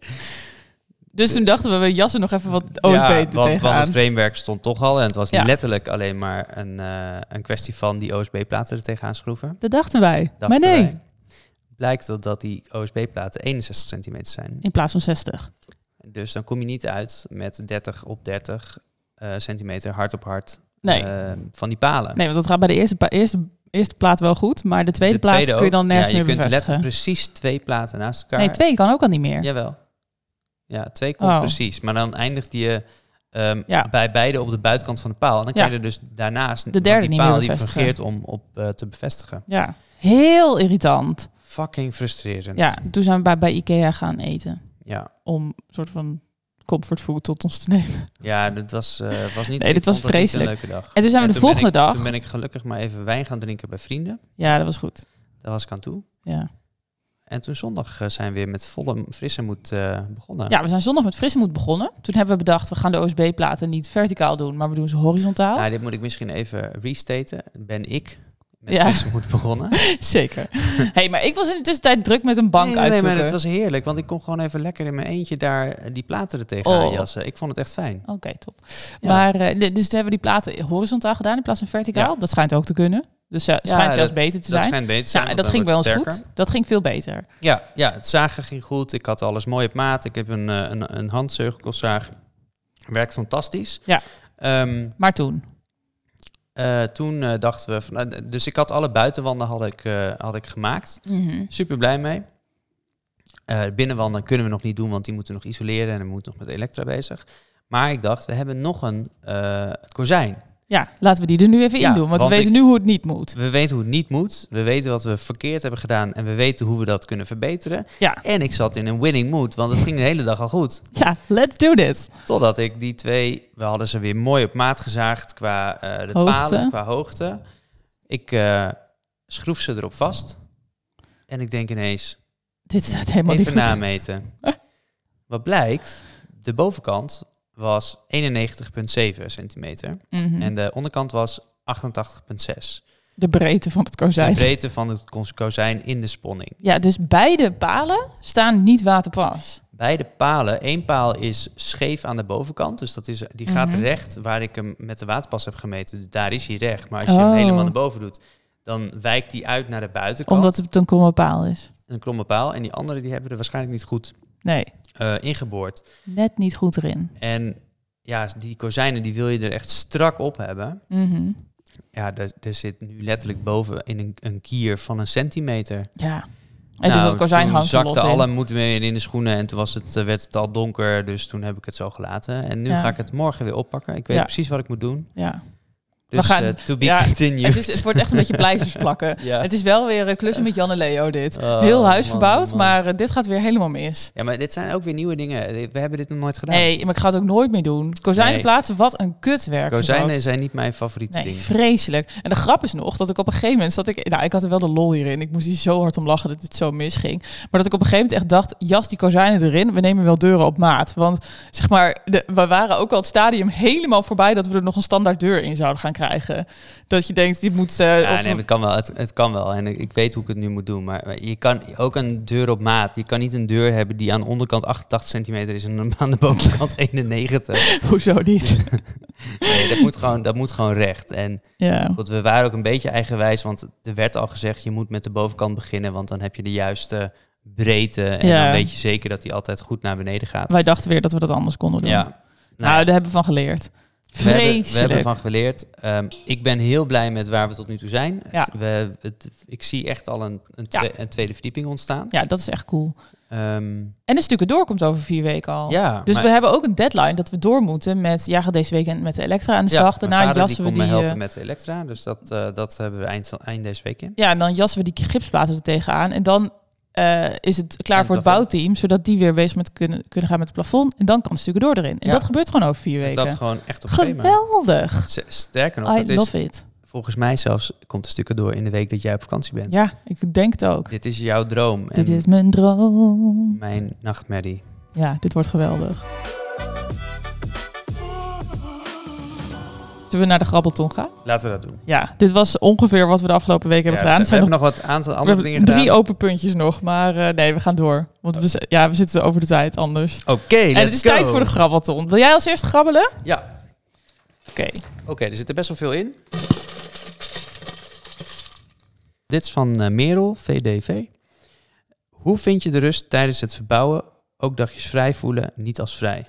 dus toen dachten we, we jassen nog even wat OSB eh, Ja, er want, want tegenaan. het framework stond toch al. En het was Ja. letterlijk alleen maar een, eh, een kwestie van die OSB-platen er tegenaan schroeven. Dat dachten wij. maar Dachten nee, wij. Blijkt dat, dat die OSB-platen 61 centimeter zijn. in plaats van 60. Dus dan kom je niet uit met 30 op 30 eh, centimeter hard op hard Nee. eh, van die palen. Nee, want dat gaat bij de eerste, pa- eerste, eerste plaat wel goed, maar de tweede, De tweede plaat kun je ook. dan nergens ja, je meer kunt bevestigen. letterlijk precies twee platen naast elkaar. Nee, twee kan ook al niet meer. Jawel. Ja, twee komt Oh. precies. Maar dan eindigt die ehm, Ja. bij beide op de buitenkant van de paal. En dan kan Ja. je er dus daarnaast... want derde die niet paal meer die bevestigen. vergeert om op eh, te bevestigen. Ja, heel irritant. Fucking frustrerend. Ja, toen zijn we bij, bij Ikea gaan eten Ja, om een soort van comfortfood tot ons te nemen. ja dat was, eh, was niet... Nee, dit ik vond was dat niet vreselijk. een leuke dag. En toen zijn we de toen ben volgende ik- dag- Toen ben ik gelukkig maar even wijn gaan drinken bij vrienden. Ja, dat was goed. Daar was ik aan toe. Ja, En toen zondag eh, zijn we weer met volle frisse moed eh, begonnen. ja we zijn zondag met frismoed begonnen. Toen hebben we bedacht, we gaan de OSB-platen niet verticaal doen, maar we doen ze horizontaal. Nou, dit moet ik misschien even restaten. Ben ik met Ja. frisse moed begonnen. Zeker. hey, maar ik was in de tussentijd druk met een bank nee, nee, nee, uitzoeken. maar het was heerlijk, want ik kon gewoon even lekker in mijn eentje daar eh, die platen er tegenaan Oh. jassen. Ik vond het echt fijn. Oké, top. Ja. Maar, eh, de- dus toen hebben we die platen horizontaal gedaan in plaats van verticaal. Dat schijnt ook te kunnen. Dus ja, Ja, schijnt zelfs dat- beter te dat zijn. schijnt beter te zijn. Ja, en want dat dan ging bij ons wordt het goed. sterker. Dat ging veel beter. Ja, ja, het zagen ging goed. Ik had alles mooi op maat. Ik heb een, eh, een, een handzeugkelzaag. Werkt fantastisch. Ja. Ehm, Maar toen, eh, toen eh, dachten we... Van, nou, d- dus ik had alle buitenwanden had ik, eh, had ik gemaakt. Super blij mee. Eh, binnenwanden kunnen we nog niet doen, want die moeten we nog isoleren. En we moeten nog met elektra bezig. Maar ik dacht, we hebben nog een eh, kozijn. ja, laten we die er nu even Ja, in doen. Want, want we weten ik- nu hoe het niet moet. We weten hoe het niet moet. We weten wat we verkeerd hebben gedaan. En we weten hoe we dat kunnen verbeteren. Ja. En ik zat in een winning mood, want het ging de hele dag al goed. Ja, let's do this. Totdat ik die twee... We hadden ze weer mooi op maat gezaagd qua eh, de Hoogte. palen, qua hoogte. Ik eh, schroef ze erop vast. En ik denk ineens, Dit staat helemaal even niet goed. nameten. Wat blijkt, de bovenkant was 91,7 centimeter. Mhm. En de onderkant was 88,6. De breedte van het De kozijn. breedte van het ko- kozijn in de sponning. Ja, dus beide palen staan niet waterpas. Beide palen, één paal is scheef aan de bovenkant. Dus dat is, die gaat Mhm. recht waar ik hem met de waterpas heb gemeten. Dus daar is hij recht. Maar als je hem Oh. helemaal naar boven doet, dan wijkt die uit naar de buitenkant. Omdat het een kromme paal is. Een klomme paal. En die andere die hebben er waarschijnlijk niet goed Nee, eh, ingeboord. net niet goed erin. En ja, die kozijnen die wil je er echt strak op hebben. Mhm. Ja, daar daar zit nu letterlijk boven in een, een kier van een centimeter. Ja. En dus Nou, dat kozijn toen hangt er los zakte in. alle moed weer in de schoenen en toen was het, eh, werd het al donker, dus toen heb ik het zo gelaten. En nu Ja. ga ik het morgen weer oppakken. Ik weet Ja. precies wat ik moet doen. Ja. Dus gaan- eh, to be ja, continued. Het, is, het wordt echt een beetje pleisters plakken. ja. Het is wel weer een klussen met Jan en Leo dit. Oh, Heel huis man, verbouwd, man. maar eh, dit gaat weer helemaal mis. Ja, maar dit zijn ook weer nieuwe dingen. We hebben dit nog nooit gedaan. Nee, maar ik ga het ook nooit meer doen. Kozijnen Nou. Nee. plaatsen, wat een kutwerk. is dat. Kozijnen zijn niet mijn favoriete Nee, dingen. vreselijk. En de grap is nog dat ik op een gegeven moment zat ik... Nou, ik had er wel de lol hierin. Ik moest hier zo hard om lachen dat het zo misging. Maar dat ik op een gegeven moment echt dacht... Jas die kozijnen erin, we nemen wel deuren op maat. Want zeg maar, de, we waren ook al het stadium helemaal voorbij... dat we er nog een standaard deur in zouden gaan krijgen. Dat je denkt, dit moet... eh, Ja, op- nee, maar het kan wel. Het, het kan wel. En ik, ik weet hoe ik het nu moet doen. Maar, maar je kan ook een deur op maat. Je kan niet een deur hebben die aan de onderkant 88 centimeter is en aan de bovenkant 91. Hoezo niet? Nee, dat moet gewoon, dat moet gewoon recht. En ja. Goed, we waren ook een beetje eigenwijs, want er werd al gezegd, je moet met de bovenkant beginnen, want dan heb je de juiste breedte en Ja. dan weet je zeker dat die altijd goed naar beneden gaat. Wij dachten weer dat we dat anders konden doen. Ja, Nou, Nou, daar hebben we van geleerd. we hebben, Vreselijk. we hebben van geleerd. Ehm, ik ben heel blij met waar we tot nu toe zijn. Ja. Het- we, het- ik zie echt al een, een, Ja. twe- een tweede verdieping ontstaan. Ja, dat is echt cool. Ehm, En de stukken door komt over vier weken al. ja, Dus maar we hebben ook een deadline dat we door moeten met... Ja, gaat deze week met de Elektra aan de ja, slag. mijn daarna vader, jassen die kon we me die... helpen eh, met de Elektra, dus dat, eh, dat hebben we eind, eind deze week in. ja, en dan jassen we die gipsplaten er tegenaan. En dan eh, is het klaar En voor het plafond. bouwteam... zodat die weer bezig met kunnen, kunnen gaan met het plafond. En dan kan de stukken door erin. En Ja. dat gebeurt gewoon over vier Dat weken. gewoon echt op thema. Geweldig! S- Sterker nog, I het is love it. volgens mij zelfs komt de stukken door in de week dat jij op vakantie bent. Ja, ik denk het ook. Dit is jouw droom. Dit en is mijn droom. mijn nachtmerrie. Ja, dit wordt geweldig. Zullen we naar de grabbelton gaan? Laten we dat doen. Ja, dit was ongeveer wat we de afgelopen week hebben Ja, dus gedaan. we Er zijn hebben nog, nog wat aantal we andere hebben dingen drie gedaan. open puntjes nog, maar eh, nee, we gaan door. Want we, z- ja, we zitten over de tijd anders. Oké, en het is tijd voor de grabbelton. Wil jij als eerst grabbelen? Ja, Oké. oké, er zit er best wel veel in. Dit is van eh, Merel, VDV. Hoe vind je de rust tijdens het verbouwen? Ook dagjes vrij voelen, niet als vrij.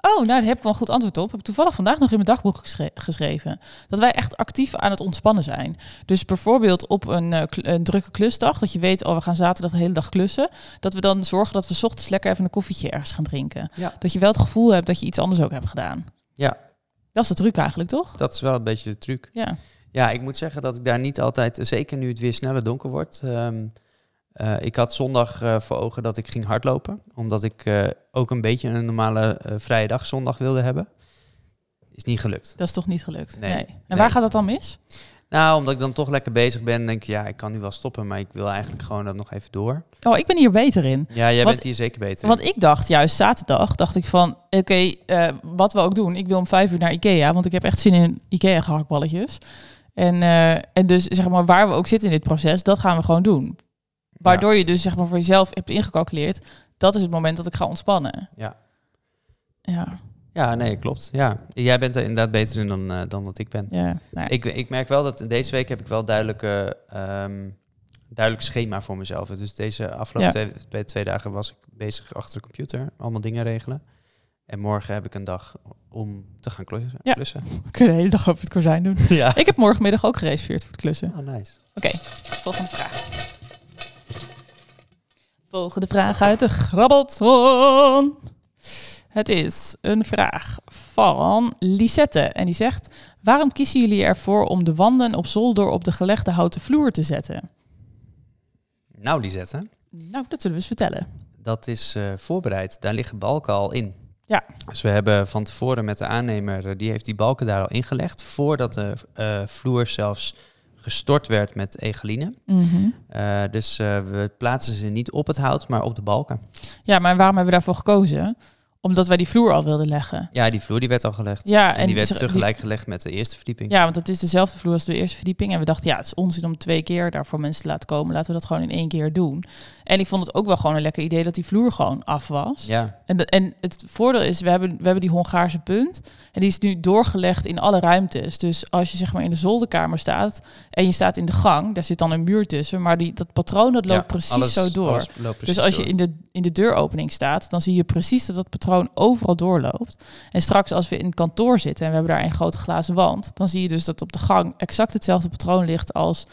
Oh, nou, daar heb ik wel een goed antwoord op. Heb ik toevallig vandaag nog in mijn dagboek geschre- geschreven. Dat wij echt actief aan het ontspannen zijn. Dus bijvoorbeeld op een, eh, kl- een drukke klusdag, dat je weet, oh, we gaan zaterdag de hele dag klussen. Dat we dan zorgen dat we 's ochtends lekker even een koffietje ergens gaan drinken. Ja. Dat je wel het gevoel hebt dat je iets anders ook hebt gedaan. Ja. Dat is de truc eigenlijk, toch? Dat is wel een beetje de truc. Ja. Ja, ik moet zeggen dat ik daar niet altijd, eh, zeker nu het weer sneller donker wordt. ehm, eh, ik had zondag eh, voor ogen dat ik ging hardlopen, omdat ik eh, ook een beetje een normale eh, vrije dag zondag wilde hebben. Is niet gelukt. Dat is toch niet gelukt? Nee. En Nee. waar gaat dat dan mis? Nou, omdat ik dan toch lekker bezig ben, denk ik, ja, ik kan nu wel stoppen, maar ik wil eigenlijk gewoon dat nog even door. Oh, ik ben hier beter in. Ja, jij Want- bent hier zeker beter. in. Want ik dacht juist zaterdag, dacht ik van, oké, eh, wat we ook doen, ik wil om vijf uur naar Ikea, want ik heb echt zin in Ikea gehaktballetjes. En, eh, en dus zeg maar, waar we ook zitten in dit proces, dat gaan we gewoon doen. Waardoor je dus zeg maar voor jezelf hebt ingecalculeerd, dat is het moment dat ik ga ontspannen. Ja. Ja, Ja, nee, klopt. Ja. Jij bent er inderdaad beter in dan, eh, dan dat ik ben. ja. Nou ja. Ik, ik merk wel dat deze week heb ik wel duidelijke, ehm, duidelijk schema voor mezelf. Dus deze afgelopen twee, twee, twee dagen was ik bezig achter de computer, allemaal dingen regelen. En morgen heb ik een dag om te gaan klussen. Ja. klussen. We kunnen de hele dag over het kozijn doen. ja. Ik heb morgenmiddag ook gereserveerd voor het klussen. Oh, nice. Oké, volgende vraag. Volgende vraag uit de grabbelton. Het is een vraag van Lisette. En die zegt: Waarom kiezen jullie ervoor om de wanden op zolder op de gelegde houten vloer te zetten? Nou, Lisette, Nou, dat zullen we eens vertellen. dat is eh, voorbereid. Daar liggen balken al in. Ja. Dus we hebben van tevoren met de aannemer, eh, die heeft die balken daar al ingelegd. Voordat de eh, vloer zelfs gestort werd met egeline. Eh, dus eh, we plaatsen ze niet op het hout, maar op de balken. Ja, maar waarom hebben we daarvoor gekozen? Omdat wij die vloer al wilden leggen. Ja, die vloer die werd al gelegd. Ja, en, die werd die- tegelijk gelegd met de eerste verdieping. Ja, want het is dezelfde vloer als de eerste verdieping. En we dachten, ja, het is onzin om twee keer daarvoor mensen te laten komen. Laten we dat gewoon in één keer doen. En ik vond het ook wel gewoon een lekker idee dat die vloer gewoon af was. Ja, En, de- en het voordeel is, we hebben, we hebben die Hongaarse punt. En die is nu doorgelegd in alle ruimtes. Dus als je zeg maar in de zolderkamer staat en je staat in de gang, daar zit dan een muur tussen. Maar die, dat patroon dat loopt Ja, precies alles- zo door. alles loopt precies dus als je door. in de, in de deuropening staat, dan zie je precies dat dat patroon overal doorloopt. En straks als we in het kantoor zitten en we hebben daar een grote glazen wand, dan zie je dus dat op de gang exact hetzelfde patroon ligt als,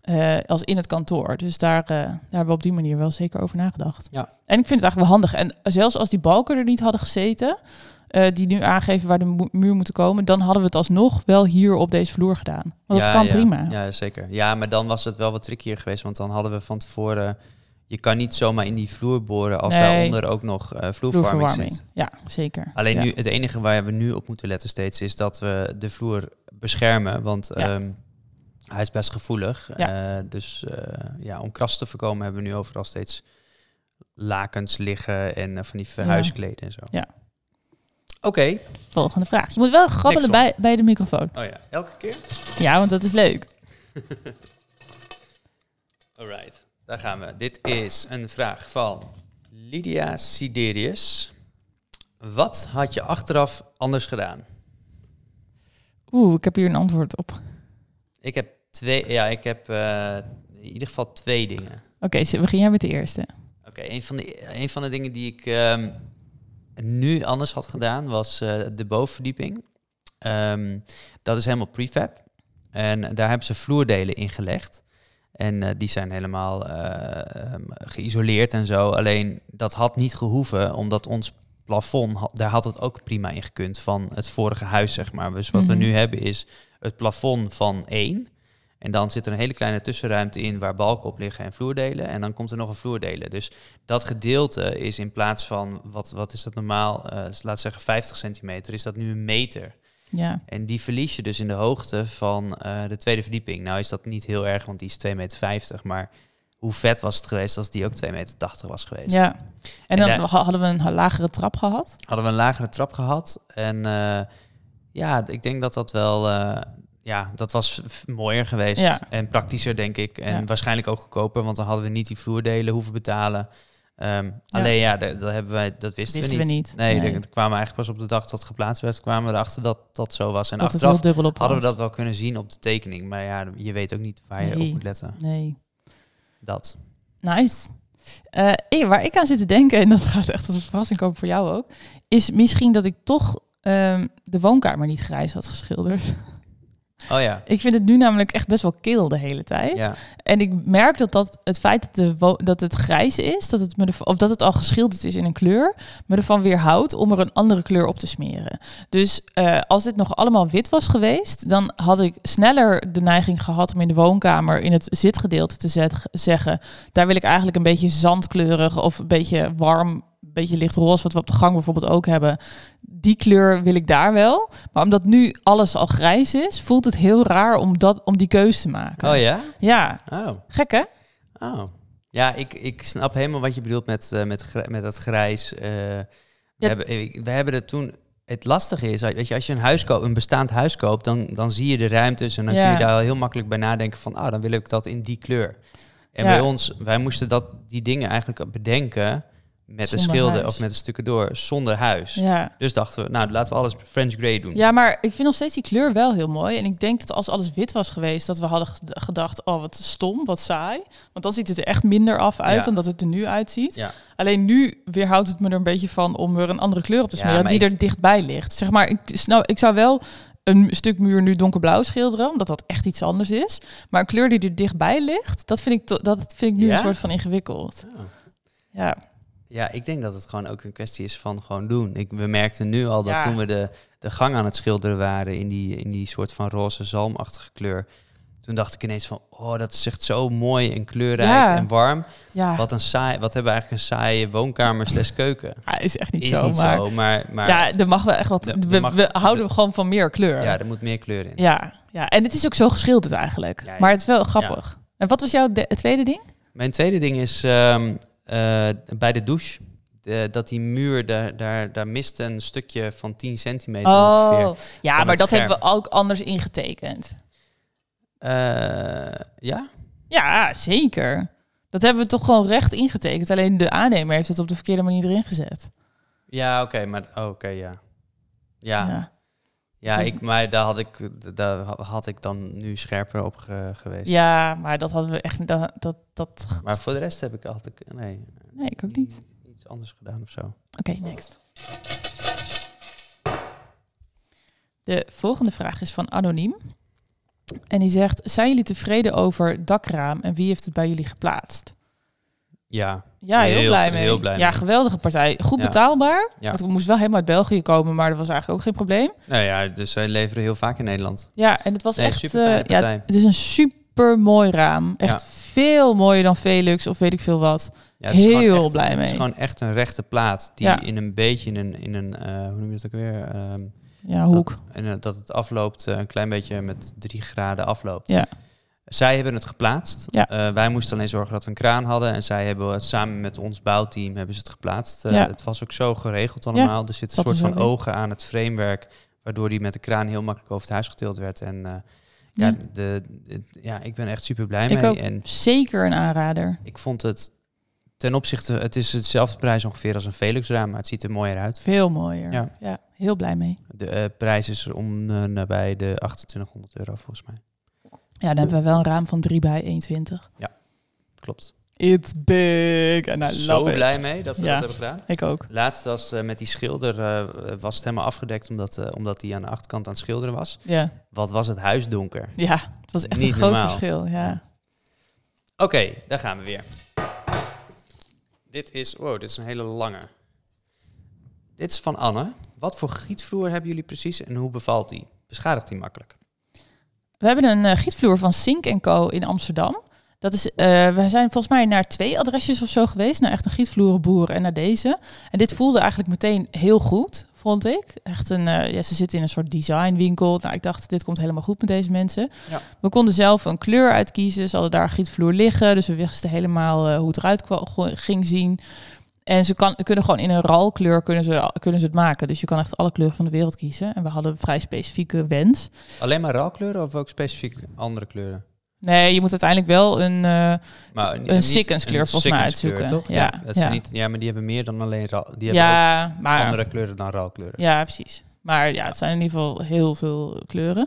eh, als in het kantoor. Dus daar, eh, daar hebben we op die manier wel zeker over nagedacht. Ja. En ik vind het eigenlijk wel handig. En zelfs als die balken er niet hadden gezeten, eh, die nu aangeven waar de mu- muur moeten komen, dan hadden we het alsnog wel hier op deze vloer gedaan. Want dat Ja, kan ja. prima. Ja, zeker. Ja, maar dan was het wel wat trickier geweest, want dan hadden we van tevoren... Je kan niet zomaar in die vloer boren als Nee. daaronder ook nog eh vloerverwarming zit. Ja, zeker. Alleen Ja. nu, het enige waar we nu op moeten letten steeds is dat we de vloer beschermen. Want Ja. ehm, hij is best gevoelig. Eh, dus eh, ja, om kras te voorkomen hebben we nu overal steeds lakens liggen en eh, van die verhuiskleden en zo. Ja. Oké. Volgende vraag. Je moet wel grabbelen Niks bij, bij de microfoon. Oh ja, elke keer? Ja, want dat is leuk. Alright. Daar gaan we. Dit is een vraag van Lydia Siderius. Wat had je achteraf anders gedaan? Oeh, ik heb hier een antwoord op. Oké, Ik heb twee, ja, ik heb eh, in ieder geval twee dingen. ze- begin jij met de eerste. Oké, een, van de- een van de dingen die ik ehm, nu anders had gedaan was eh, de bovenverdieping. Ehm, dat is helemaal prefab. En daar hebben ze vloerdelen in gelegd. En eh, die zijn helemaal eh, ehm, geïsoleerd en zo. Alleen dat had niet gehoeven, omdat ons plafond, had- daar had het ook prima in gekund van het vorige huis, zeg maar. Dus wat Mhm. we nu hebben is het plafond van één. En dan zit er een hele kleine tussenruimte in waar balken op liggen en vloerdelen. En dan komt er nog een vloerdelen. Dus dat gedeelte is in plaats van, wat, wat is dat normaal? Eh, dus laat zeggen 50 centimeter, is dat nu een meter. Ja, En die verlies je dus in de hoogte van eh, de tweede verdieping. Nou is dat niet heel erg, want die is 2,50 meter. maar hoe vet was het geweest als die ook 2,80 meter was geweest? ja. En dan En daar- ha- hadden we een ha- lagere trap gehad. Hadden we een lagere trap gehad. En eh, ja, d- ik denk dat dat wel... eh, ja, dat was f- mooier geweest. Ja. En praktischer, denk ik. En Ja. waarschijnlijk ook goedkoper, want dan hadden we niet die vloerdelen hoeven betalen. Ehm, Alleen ja, d- dat, hebben wij, dat wisten, Wisten we we niet. niet. Nee, Nee. dat kwamen we eigenlijk pas op de dag dat het geplaatst werd, kwamen we erachter dat dat zo was. En dat het achteraf wel dubbel op Hadden we was. dat wel kunnen zien op de tekening, maar ja, je weet ook niet waar je Nee. op moet letten. Nee. Dat. Nice. Eh, ik- waar ik aan zit te denken, en dat gaat echt als een verrassing komen voor jou ook, is misschien dat ik toch ehm, de woonkamer niet grijs had geschilderd. Oh ja. Ik vind het nu namelijk echt best wel kil de hele tijd. Ja, En ik merk dat, dat het feit dat, de wo- dat het grijs is, dat het me erv- of dat het al geschilderd is in een kleur, me ervan weerhoudt om er een andere kleur op te smeren. Dus eh, als dit nog allemaal wit was geweest, dan had ik sneller de neiging gehad om in de woonkamer in het zitgedeelte te zet- zeggen, daar wil ik eigenlijk een beetje zandkleurig of een beetje warm, een beetje lichtroze, wat we op de gang bijvoorbeeld ook hebben. Die kleur wil ik daar wel. Maar omdat nu alles al grijs is, voelt het heel raar om, dat, om die keuze te maken. oh ja? Ja, Oh. Gek hè? Oh. Ja, ik, ik snap helemaal wat je bedoelt met, eh, met, grij- met dat grijs. eh, we, Ja. hebben, eh, we hebben het toen... Het lastige is, weet je, als je een huis koopt, een bestaand huis koopt, dan, dan zie je de ruimtes en dan Ja. kun je daar al heel makkelijk bij nadenken van, ah, dan wil ik dat in die kleur. En Ja. bij ons, wij moesten dat, die dingen eigenlijk bedenken met de Zonder schilder huis. of met de stukken door, zonder huis. Ja. Dus dachten we, nou, laten we alles French Grey doen. ja, maar ik vind nog steeds die kleur wel heel mooi. En ik denk dat als alles wit was geweest, dat we hadden ged- gedacht, oh wat stom, wat saai. Want dan ziet het er echt minder af uit Ja. dan dat het er nu uitziet. Ja. Alleen nu weerhoudt het me er een beetje van om er een andere kleur op te Ja, smeren maar die ik- er dichtbij ligt. Zeg maar, ik, nou, ik zou wel een stuk muur nu donkerblauw schilderen, omdat dat echt iets anders is. Maar een kleur die er dichtbij ligt, dat vind ik, to- dat vind ik nu Ja? een soort van ingewikkeld. Oh. Ja, Ja, ik denk dat het gewoon ook een kwestie is van gewoon doen. Ik, we merkten nu al dat Ja. toen we de, de gang aan het schilderen waren in die, in die soort van roze zalmachtige kleur. Toen dacht ik ineens van, oh, dat is echt zo mooi en kleurrijk Ja. en warm. ja. Wat, een saai, wat hebben we eigenlijk een saaie woonkamer slash keuken. Ja, is echt niet is zo, niet maar... zo, maar, maar ja, Ja, er mag wel echt wat. Er- er we, mag- we houden gewoon van meer kleur. Ja, er moet meer kleur in. ja, En het is ook zo geschilderd eigenlijk. Ja, ja. Maar het is wel grappig. En wat was jouw de- het tweede ding? Mijn tweede ding is ehm, eh, bij de douche. De- dat die muur, daar, daar, daar mist een stukje van 10 centimeter ongeveer. Oh, ja, van maar het dat scherm. hebben we ook anders ingetekend. Eh, ja? Ja, zeker. Dat hebben we toch gewoon recht ingetekend. Alleen de aannemer heeft het op de verkeerde manier erin gezet. Ja, oké, maar oh, oké, ja. Ja, ja. ja. Dus- ik, maar daar had, ik, daar had ik dan nu scherper op ge- geweest. Ja, maar dat hadden we echt. Dat, dat, dat... Maar voor de rest heb ik altijd... Nee, Nee, ik ook niet. Iets anders gedaan of zo. Oké, next. De volgende vraag is van Anoniem. En die zegt, zijn jullie tevreden over het dakraam en wie heeft het bij jullie geplaatst? Ja, Ja, heel, Heel- blij mee. heel blij ja, mee. geweldige partij. Goed Ja. betaalbaar. Ja. Want we moesten wel helemaal uit België komen, maar dat was eigenlijk ook geen probleem. nou ja, dus zij leveren heel vaak in Nederland. Ja, en het was Nee, echt... superfijne eh, ja, partij. het is een super mooi raam. Echt veel mooier dan Velux of weet ik veel wat. Ja, het is gewoon Heel echt- blij Het is mee. gewoon echt een rechte plaat die Ja. in een beetje in een, in een eh, hoe noem je dat ook weer? Ehm, Ja, hoek. en eh, dat het afloopt, eh, een klein beetje met drie graden afloopt. Ja. Zij hebben het geplaatst. Ja. Eh, wij moesten alleen zorgen dat we een kraan hadden. En zij hebben het samen met ons bouwteam hebben ze het geplaatst. Eh, Ja. Het was ook zo geregeld Ja, allemaal. Er zit een dat soort is van ook weer. ogen aan het framework. Waardoor die met de kraan heel makkelijk over het huis getild werd. En eh, ja, Ja. De, de- ja, ik ben echt super blij Ik mee. ook. En Zeker een aanrader. ik vond het ten opzichte, het is hetzelfde prijs ongeveer als een Felix raam, maar het ziet er mooier uit. Veel mooier. Ja. ja heel blij mee. De eh, prijs is om eh, nabij de 2800 euro volgens mij. Ja, dan hebben we wel een raam van 3 bij 21. Klopt. It's big and I Zo Nou, love blij it. mee dat we Ja. dat hebben gedaan. Ik ook. Laatst was eh, met die schilder eh, was het helemaal afgedekt omdat, eh, omdat die aan de achterkant aan het schilderen was. Ja, Wat was het huis donker? ja het was echt Niet een groot normaal. verschil. Ja. Oké, daar gaan we weer. Dit is, wow, dit is een hele lange. Dit is van Anne. Wat voor gietvloer hebben jullie precies en hoe bevalt die? Beschadigt die makkelijk? We hebben een eh, gietvloer van Sink Co. in Amsterdam. Dat is, eh, we zijn volgens mij naar twee adresjes of zo geweest. Naar echt een gietvloerenboer en naar deze. En dit voelde eigenlijk meteen heel goed, vond ik. Echt een, eh, ja, ze zitten in een soort designwinkel. Nou, ik dacht, dit komt helemaal goed met deze mensen. Ja. We konden zelf een kleur uitkiezen. Ze hadden daar een gietvloer liggen. Dus we wisten helemaal eh, hoe het eruit kwa- go- ging zien. En ze kan, kunnen gewoon in een ralkleur kunnen ze, kunnen ze het maken. Dus je kan echt alle kleuren van de wereld kiezen. En we hadden een vrij specifieke wens. Alleen maar ralkleuren of ook specifiek andere kleuren? Nee, je moet uiteindelijk wel een. eh, Maar Een sikkenskleur volgens mij sikkenskleur, uitzoeken. Toch? Ja, Ja, dat zijn ja. Niet, ja, maar die hebben meer dan alleen ral. Die hebben ook ja, maar. andere kleuren dan ralkleuren. Ja, precies. Maar ja, het zijn in ieder geval heel veel kleuren.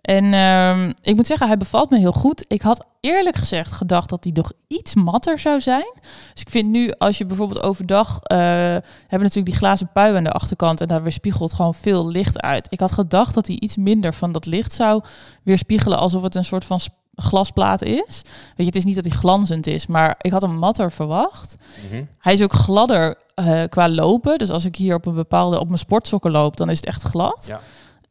En ehm, ik moet zeggen, hij bevalt me heel goed. Ik had eerlijk gezegd gedacht dat hij nog iets matter zou zijn. Dus ik vind nu, als je bijvoorbeeld overdag... eh, hebben natuurlijk die glazen pui aan de achterkant... en daar weerspiegelt gewoon veel licht uit. Ik had gedacht dat hij iets minder van dat licht zou weerspiegelen... alsof het een soort van sp- glasplaat is. Weet je, het is niet dat hij glanzend is, maar ik had hem matter verwacht. Mhm. Hij is ook gladder eh, qua lopen. Dus als ik hier op een bepaalde op mijn sportsokken loop, dan is het echt glad. Ja.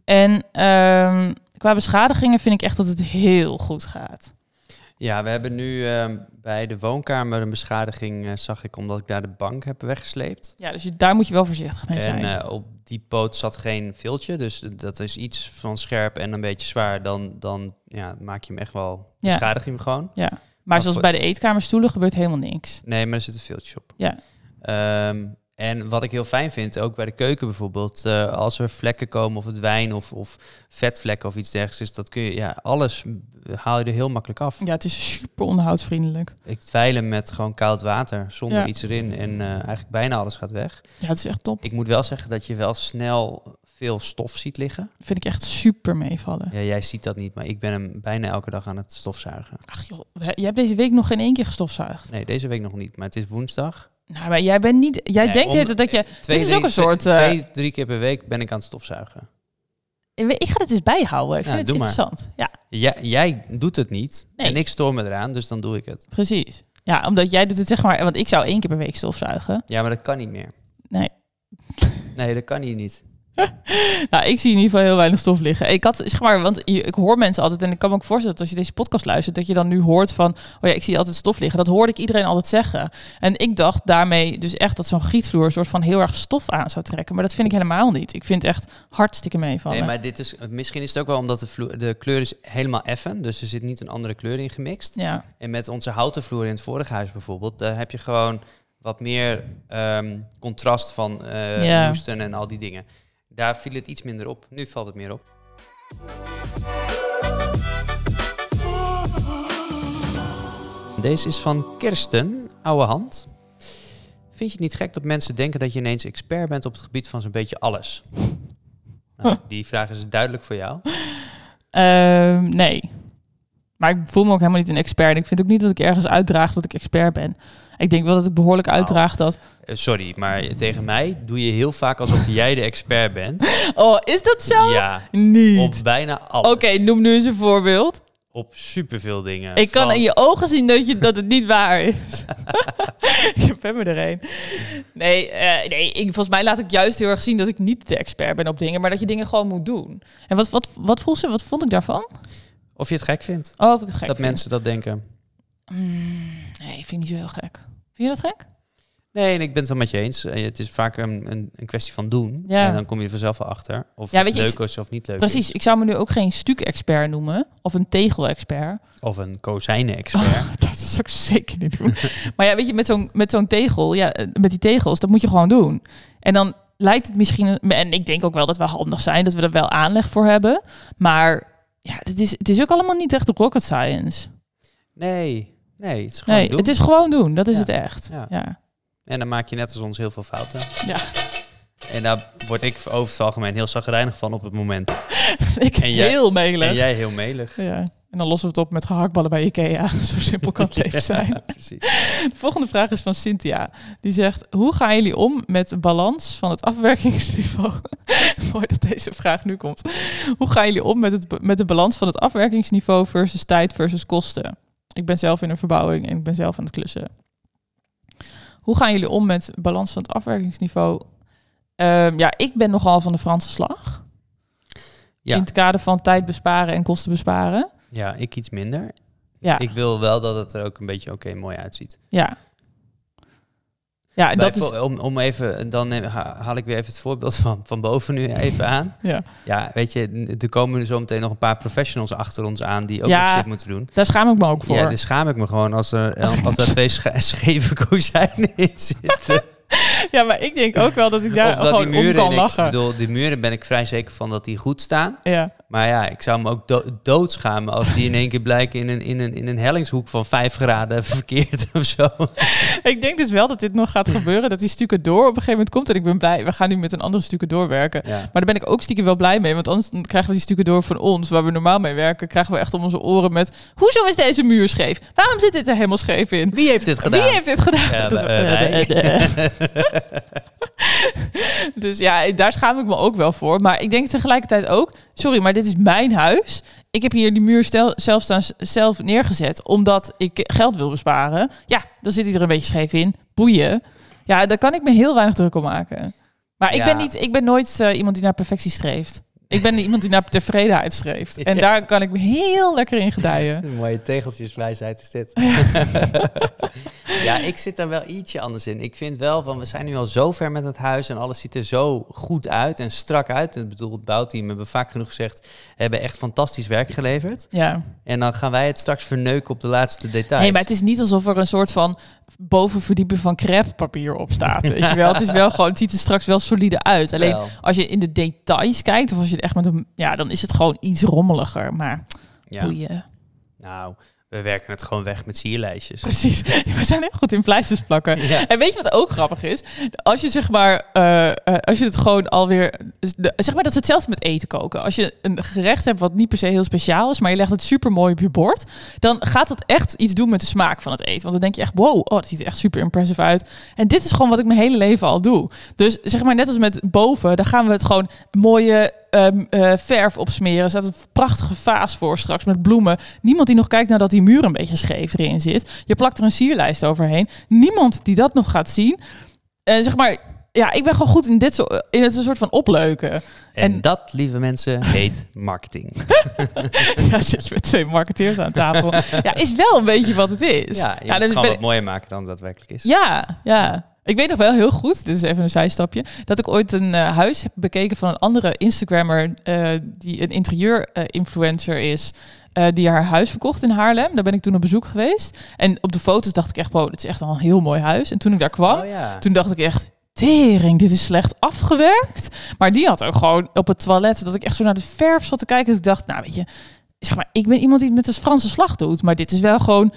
En ehm, qua beschadigingen vind ik echt dat het heel goed gaat. Ja, we hebben nu ehm, bij de woonkamer een beschadiging, eh, zag ik, omdat ik daar de bank heb weggesleept. Ja, dus je- daar moet je wel voorzichtig mee En zijn. eh, op die poot zat geen viltje, dus dat is iets van scherp en een beetje zwaar. Dan, dan ja, maak je hem echt wel, Ja. beschadig je hem gewoon. ja. Maar maar zoals voor- bij de eetkamerstoelen gebeurt helemaal niks. Nee, maar er zitten viltjes op. Ja. Ehm, en wat ik heel fijn vind, ook bij de keuken bijvoorbeeld, eh, als er vlekken komen of het wijn of, of vetvlekken of iets dergelijks, is dat kun je, ja, alles eh, haal je er heel makkelijk af. Ja, het is super onderhoudsvriendelijk. Ik twijl hem met gewoon koud water, zonder Ja. iets erin en eh, eigenlijk bijna alles gaat weg. Ja, het is echt top. Ik moet wel zeggen dat je wel snel veel stof ziet liggen. Vind ik echt super meevallen. Ja, jij ziet dat niet, maar ik ben hem bijna elke dag aan het stofzuigen. Ach joh, hè, je hebt deze week nog geen één keer gestofzuigd. Nee, deze week nog niet, maar het is woensdag. Nou, maar jij bent niet... Jij Nee, denkt om- de hele tijd dat je... Twee, Dit is ook een twee- soort, eh, Twee, drie keer per week ben ik aan het stofzuigen. Ik ga dit eens bijhouden. Ik Ja, vind het doe maar. interessant. Ja. Ja, jij doet het niet Nee. en ik stoor me eraan, dus dan doe ik het. Precies. Ja, omdat jij doet het zeg maar... Want ik zou één keer per week stofzuigen. Ja, maar dat kan niet meer. Nee. Nee, dat kan hier niet. Nou, ik zie in ieder geval heel weinig stof liggen. Ik had, zeg maar, want je- ik hoor mensen altijd... En ik kan me ook voorstellen dat als je deze podcast luistert... dat je dan nu hoort van... Oh ja, ik zie altijd stof liggen. Dat hoorde ik iedereen altijd zeggen. En ik dacht daarmee dus echt dat zo'n grietvloer... een soort van heel erg stof aan zou trekken. Maar dat vind ik helemaal niet. Ik vind het echt hartstikke meevallen. Nee, maar dit is, misschien is het ook wel omdat de, vloer, de kleur is helemaal effen. Dus er zit niet een andere kleur in gemixt. Ja, En met onze houten vloer in het vorige huis bijvoorbeeld, daar heb je gewoon wat meer ehm, contrast van eh Ja. moesten en al die dingen. Daar viel het iets minder op. Nu valt het meer op. Deze is van Kirsten, oude hand. Vind je het niet gek dat mensen denken dat je ineens expert bent op het gebied van zo'n beetje alles? Nou, die vraag is duidelijk voor jou. Ehm, nee. Maar ik voel me ook helemaal niet een expert. Ik vind ook niet dat ik ergens uitdraag dat ik expert ben. Ik denk wel dat ik behoorlijk Nou. uitdraag dat... Eh, sorry, maar tegen mij doe je heel vaak alsof jij de expert bent. Oh, is dat zo? Ja. Niet. Op bijna alles. Oké, noem nu eens een voorbeeld. Op superveel dingen. ik kan Van- in je ogen zien dat, je, dat het niet waar is. je bent me er een. Nee, eh, nee ik, volgens mij laat ik juist heel erg zien dat ik niet de expert ben op dingen, maar dat je dingen gewoon moet doen. En wat, wat, wat, vroeg ze, wat vond ik daarvan? Of je het gek vindt. Oh, of ik het gek dat vind. mensen dat denken. Mm, nee, ik vind ik niet zo heel gek. Vind je dat gek? Nee, en ik ben het wel met je eens. Eh, Het is vaak een, een, een kwestie van doen. Ja. En dan kom je er vanzelf wel achter. Of Ja, het weet je, ik- leuk is of niet leuk is. Precies, ik zou me nu ook geen stuk-expert noemen of een tegel-expert. Of een Oh. kozijnen-expert. Dat zou ik zeker niet doen. maar ja, weet je, met zo'n, met zo'n tegel, ja, eh, met die tegels, dat moet je gewoon doen. En dan lijkt het misschien, en ik denk ook wel dat we handig zijn, dat we er wel aanleg voor hebben. Maar ja, het is, het is ook allemaal niet echt rocket science. Nee, nee. Het is gewoon Nee, doen. het is gewoon doen, dat is Ja. het echt. Ja. Ja. En dan maak je net als ons heel veel fouten. Ja. En daar word ik over het algemeen heel zagrijnig van op het moment. ik En jij- heel melig. En jij heel melig. Ja. En dan lossen we het op met gehaktballen bij Ikea. Zo simpel kan het leven zijn. Ja, precies. De volgende vraag is van Cynthia. Die zegt, hoe gaan jullie om met de balans van het afwerkingsniveau? Mooi dat deze vraag nu komt. Hoe gaan jullie om met, het, met de balans van het afwerkingsniveau versus tijd versus kosten? Ik ben zelf in een verbouwing en ik ben zelf aan het klussen. Hoe gaan jullie om met de balans van het afwerkingsniveau? Ehm, ja, ik ben nogal van de Franse slag. Ja. In het kader van tijd besparen en kosten besparen. Ja, ik iets minder. Ja. Ik wil wel dat het er ook een beetje oké mooi uitziet. Ja. Ja, en dat Bij is... vo- om, om even, dan neem- ha- haal ik weer even het voorbeeld van, van boven nu even aan. Ja. Ja, weet je, n- er komen zo meteen nog een paar professionals achter ons aan die ook Ja, nog shit moeten doen. Daar schaam ik me ook voor. Ja, dus- daar schaam ik me gewoon als er, eh, als daar twee sche- scheve kozijnen in zitten. Ja, maar ik denk ook wel dat ik daar of dat gewoon die muren, om kan en ik lachen. bedoel, die muren ben ik vrij zeker van dat die goed staan. Ja. Maar ja, ik zou me ook do- doodschamen als die in één keer blijken in een, in, een, in een hellingshoek van 5 graden verkeerd of zo. Ik denk dus wel dat dit nog gaat gebeuren. Dat die stukken door op een gegeven moment komt. En ik ben blij. We gaan nu met een andere stukken doorwerken. Ja. Maar daar ben ik ook stiekem wel blij mee. Want anders dan krijgen we die stukken door van ons, waar we normaal mee werken, krijgen we echt om onze oren met. Hoezo is deze muur scheef? Waarom zit dit er helemaal scheef in? Wie heeft dit gedaan? Wie heeft dit gedaan? Ja, Dat eh, we- eh, wij. eh, eh, eh. dus ja, daar schaam ik me ook wel voor. Maar ik denk tegelijkertijd ook, sorry, maar dit is mijn huis. Ik heb hier die muur stel- zelf, staan, zelf neergezet omdat ik geld wil besparen. Ja, dan zit hij er een beetje scheef in. Boeien. Ja, daar kan ik me heel weinig druk om maken. Maar ik, Ja. ben, niet, ik ben nooit eh, iemand die naar perfectie streeft. Ik ben iemand die naar tevredenheid streeft. En Ja. daar kan ik me heel lekker in gedijen. Een mooie tegeltjeswijsheid is dit. ja, ik zit daar wel ietsje anders in. Ik vind wel van, we zijn nu al zo ver met het huis en alles ziet er zo goed uit en strak uit. Ik bedoel, het bouwteam hebben we vaak genoeg gezegd, hebben echt fantastisch werk geleverd. Ja. En dan gaan wij het straks verneuken op de laatste details. Nee, maar het is niet alsof er een soort van bovenverdieping van crêpepapier op staat. Weet je wel? Het is wel gewoon, het ziet er straks wel solide uit. Alleen Wel, als je in de details kijkt, of als je het echt met een, ja, dan is het gewoon iets rommeliger. Maar ja. boeien. Nou, we werken het gewoon weg met sierlijstjes. Precies. We zijn heel goed in pleisters plakken. Ja. En weet je wat ook grappig is? Als je zeg maar, eh, eh, als je het gewoon alweer, dus de- zeg maar dat ze hetzelfde met eten koken. Als je een gerecht hebt wat niet per se heel speciaal is, maar je legt het super mooi op je bord, dan gaat dat echt iets doen met de smaak van het eten. Want dan denk je echt, wow, oh, dat ziet er echt super impressive uit. En dit is gewoon wat ik mijn hele leven al doe. Dus zeg maar net als met boven, dan gaan we het gewoon mooie ehm, eh, verf opsmeren. Er staat een prachtige vaas voor straks met bloemen. Niemand die nog kijkt naar dat die muur een beetje scheef erin zit. Je plakt er een sierlijst overheen. Niemand die dat nog gaat zien. En zeg maar, ja, ik ben gewoon goed in dit zo, eh, in het soort van opleuken. En, En- dat, lieve mensen, heet marketing. ja, zit je met twee marketeers aan tafel. Ja, is wel een beetje wat het is. ja, je dus moet het ik gewoon ben- wat mooier maken dan het daadwerkelijk is. Ja, ja. Ik weet nog wel heel goed, dit is even een zijstapje, dat ik ooit een eh, huis heb bekeken van een andere Instagrammer eh, die een interieur-influencer is, eh, die haar huis verkocht in Haarlem. Daar ben ik toen op bezoek geweest. En op de foto's dacht ik echt, wow, dit is echt wel een heel mooi huis. En toen ik daar kwam, Oh ja. toen dacht ik echt, tering, dit is slecht afgewerkt. Maar die had ook gewoon op het toilet, dat ik echt zo naar de verf zat te kijken, dat ik dacht, nou weet je, zeg maar, ik ben iemand die het met de Franse slag doet, maar dit is wel gewoon,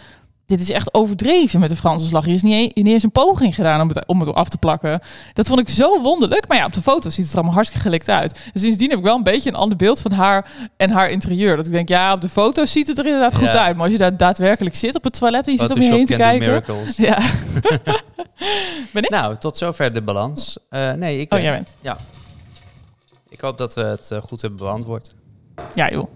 dit is echt overdreven met de Franse slag. Je is niet, e- niet eens een poging gedaan om het, om het af te plakken. Dat vond ik zo wonderlijk, maar ja, op de foto's ziet het er allemaal hartstikke gelikt uit. En sindsdien heb ik wel een beetje een ander beeld van haar en haar interieur. Dat ik denk, ja, op de foto's ziet het er inderdaad goed Ja. uit, maar als je daar daadwerkelijk zit op het toilet en je zit om je Photoshop heen te can do kijken... miracles. Ja, Nou, tot zover de balans. Eh, nee, ik, oh ben- jij bent. ik hoop dat we het eh, goed hebben beantwoord. Ja joh.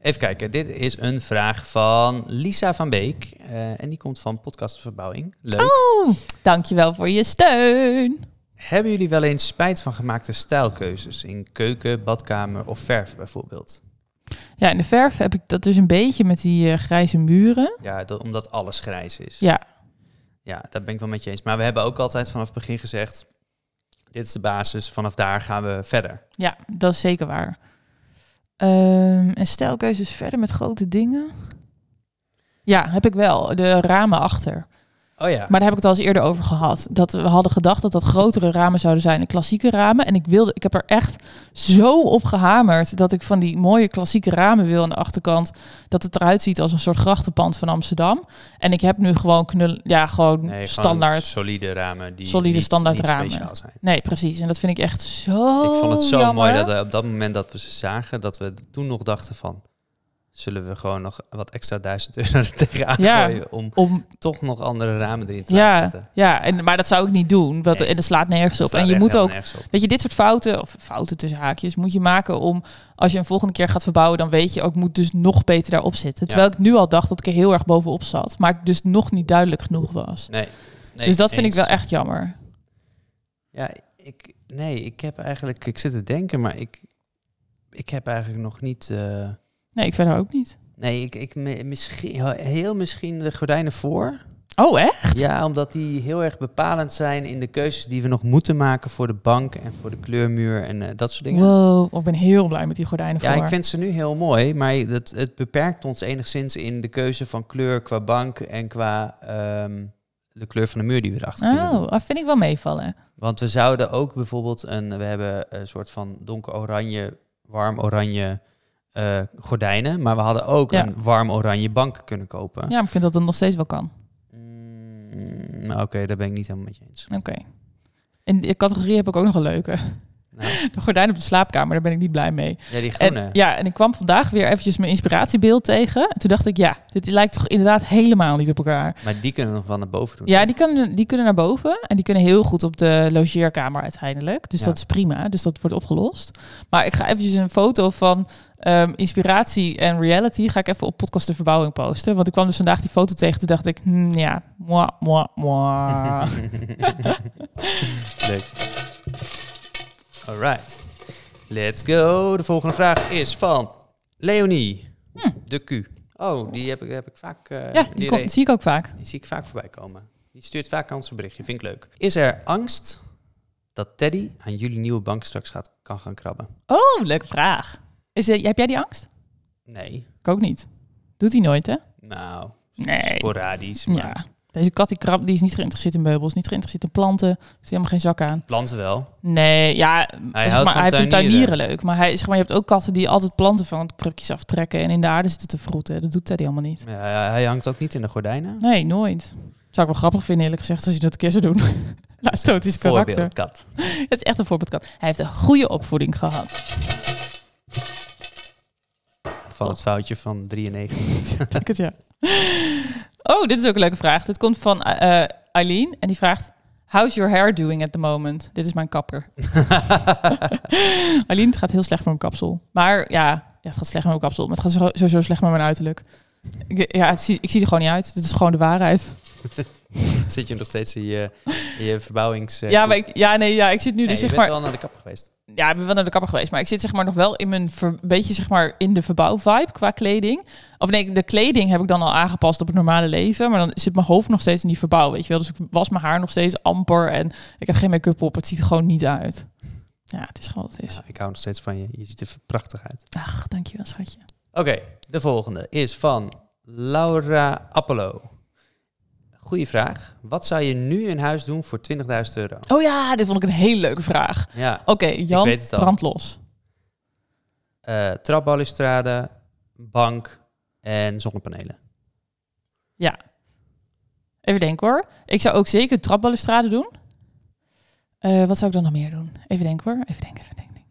Even kijken, dit is een vraag van Lisa van Beek. eh, en die komt van Podcast Verbouwing. Leuk. Oeh, dankjewel voor je steun. Hebben jullie wel eens spijt van gemaakte stijlkeuzes in keuken, badkamer of verf bijvoorbeeld? Ja, in de verf heb ik dat dus een beetje met die eh, grijze muren. Ja, dat, omdat alles grijs is. Ja. Ja, daar ben ik wel met je eens. Maar we hebben ook altijd vanaf het begin gezegd, dit is de basis, vanaf daar gaan we verder. Ja, dat is zeker waar. Ehm, en stijlkeuzes verder met grote dingen. Ja, heb ik wel. De ramen achter. Oh ja. Maar daar heb ik het al eens eerder over gehad. Dat we hadden gedacht dat dat grotere ramen zouden zijn. De klassieke ramen. En ik wilde, ik heb er echt zo op gehamerd. Dat ik van die mooie klassieke ramen wil aan de achterkant. Dat het eruit ziet als een soort grachtenpand van Amsterdam. En ik heb nu gewoon knul, ja, gewoon Nee, gewoon standaard. solide ramen die Solide niet, standaard niet ramen. speciaal zijn. Nee, precies. En dat vind ik echt zo. ik vond het zo jammer. mooi dat we op dat moment dat we ze zagen, dat we toen nog dachten van, zullen we gewoon nog wat extra duizend euro er tegenaan Ja. gooien om Om, toch nog andere ramen erin te laten ja, zetten. ja en, maar dat zou ik niet doen. Want, Nee. En dat slaat nergens Dat op. staat En je echt moet helemaal ook nergens op. Weet je, dit soort fouten, of fouten tussen haakjes, moet je maken om als je een volgende keer gaat verbouwen, dan weet je ook, ik moet dus nog beter daarop Ja. zitten. Terwijl ik nu al dacht dat ik er heel erg bovenop zat, maar ik dus nog niet duidelijk genoeg was. Nee. nee, dus dat vind eens. ik wel echt jammer. Ja, ik, nee, ik heb eigenlijk, ik zit te denken, maar ik, ik heb eigenlijk nog niet. eh, Nee, ik verder ook niet. nee, ik, ik me- misschien, heel misschien de gordijnen voor. Oh, hè? Ja, omdat die heel erg bepalend zijn in de keuzes die we nog moeten maken voor de bank en voor de kleurmuur en eh, dat soort dingen. Wow, ik ben heel blij met die gordijnen Ja, voor. ik vind ze nu heel mooi, maar het, het beperkt ons enigszins in de keuze van kleur qua bank en qua ehm, de kleur van de muur die we erachter kunnen doen. Oh, dat vind ik wel meevallen. Want we zouden ook bijvoorbeeld een, we hebben een soort van donker oranje warm oranje eh, gordijnen. Maar we hadden ook Ja. een warm oranje bank kunnen kopen. Ja, maar ik vind dat dat nog steeds wel kan. Mm, Oké, daar ben ik niet helemaal met je eens. Oké. In die categorie heb ik ook nog een leuke. Nou, De gordijn op de slaapkamer, daar ben ik niet blij mee. ja, die groene. En, ja, en ik kwam vandaag weer eventjes mijn inspiratiebeeld tegen. En toen dacht ik, ja, dit lijkt toch inderdaad helemaal niet op elkaar. Maar die kunnen we nog wel naar boven doen. Ja, die, kunnen die kunnen naar boven en die kunnen heel goed op de logeerkamer uiteindelijk. Dus Ja. dat is prima, dus dat wordt opgelost. Maar ik ga eventjes een foto van ehm, inspiratie en reality ga ik even op podcast de verbouwing posten. Want ik kwam dus vandaag die foto tegen, toen dacht ik, hmm, ja, moi, moi, moi. Leuk. Alright. Let's go. De volgende vraag is van Leonie. De Q. Oh, die heb ik, heb ik vaak. eh, Hmm. ja, die, die, komt, re- zie ik ook vaak. die zie ik vaak voorbij komen. Die stuurt vaak aan ons een berichtje. Vind ik leuk. Is er angst dat Teddy aan jullie nieuwe bank straks gaat, kan gaan krabben? Oh, leuke vraag. Is, eh, heb jij die angst? Nee. Ik ook niet. Doet hij nooit, hè? Nou, Nee. sporadisch. Maar Ja. Deze kat die krab, die is niet geïnteresseerd in meubels, niet geïnteresseerd in planten. Heeft helemaal geen zak aan. planten wel. Nee, ja, Hij zeg houdt maar, van hij vindt tuinieren. tuinieren leuk. Maar, hij, zeg maar je hebt ook katten die altijd planten van krukjes aftrekken en in de aarde zitten te vroeten. Dat doet Teddy allemaal niet. Ja, hij hangt ook niet in de gordijnen. Nee, nooit. Zou ik wel grappig vinden, eerlijk gezegd, als je dat een keer zou doen. Latotisch karakter. Voorbeeldkat. Het is echt een voorbeeldkat. Hij heeft een goede opvoeding gehad. Van Oh. het foutje van 93. Denk het, ja. Oh, dit is ook een leuke vraag. Dit komt van eh, eh, Eileen en die vraagt... How's your hair doing at the moment? Dit is mijn kapper. Eileen, het gaat heel slecht met mijn kapsel. Maar ja, ja, het gaat slecht met mijn kapsel. Maar het gaat zo- sowieso slecht met mijn uiterlijk. Ik, ja, het zie, ik zie er gewoon niet uit. Dit is gewoon de waarheid. Zit je nog steeds in je, in je verbouwings... eh, ja, maar ik, ja, nee, ja, ik zit nu Nee, dus je zeg bent maar... wel naar de kapper geweest. Ja, ik ben wel naar de kapper geweest. Maar ik zit zeg maar nog wel in mijn ver- beetje zeg maar in de verbouw-vibe qua kleding. Of nee, de kleding heb ik dan al aangepast op het normale leven. Maar dan zit mijn hoofd nog steeds in die verbouw, weet je wel. Dus ik was mijn haar nog steeds amper en ik heb geen make-up op. Het ziet er gewoon niet uit. Ja, het is gewoon wat het is. Ja, ik hou nog steeds van je. Je ziet er prachtig uit. Ach, dankjewel schatje. Oké, de volgende is van Laura Appelo. Goeie vraag. Wat zou je nu in huis doen voor 20.000 euro? Oh ja, dit vond ik een hele leuke vraag. Ja, Oké, Jan, weet het al. brand los. eh trapbalustrade, bank en zonnepanelen. Even denken hoor. Ik zou ook zeker trapbalustrade doen. Eh, wat zou ik dan nog meer doen? Even denken hoor. Even denken, even denken.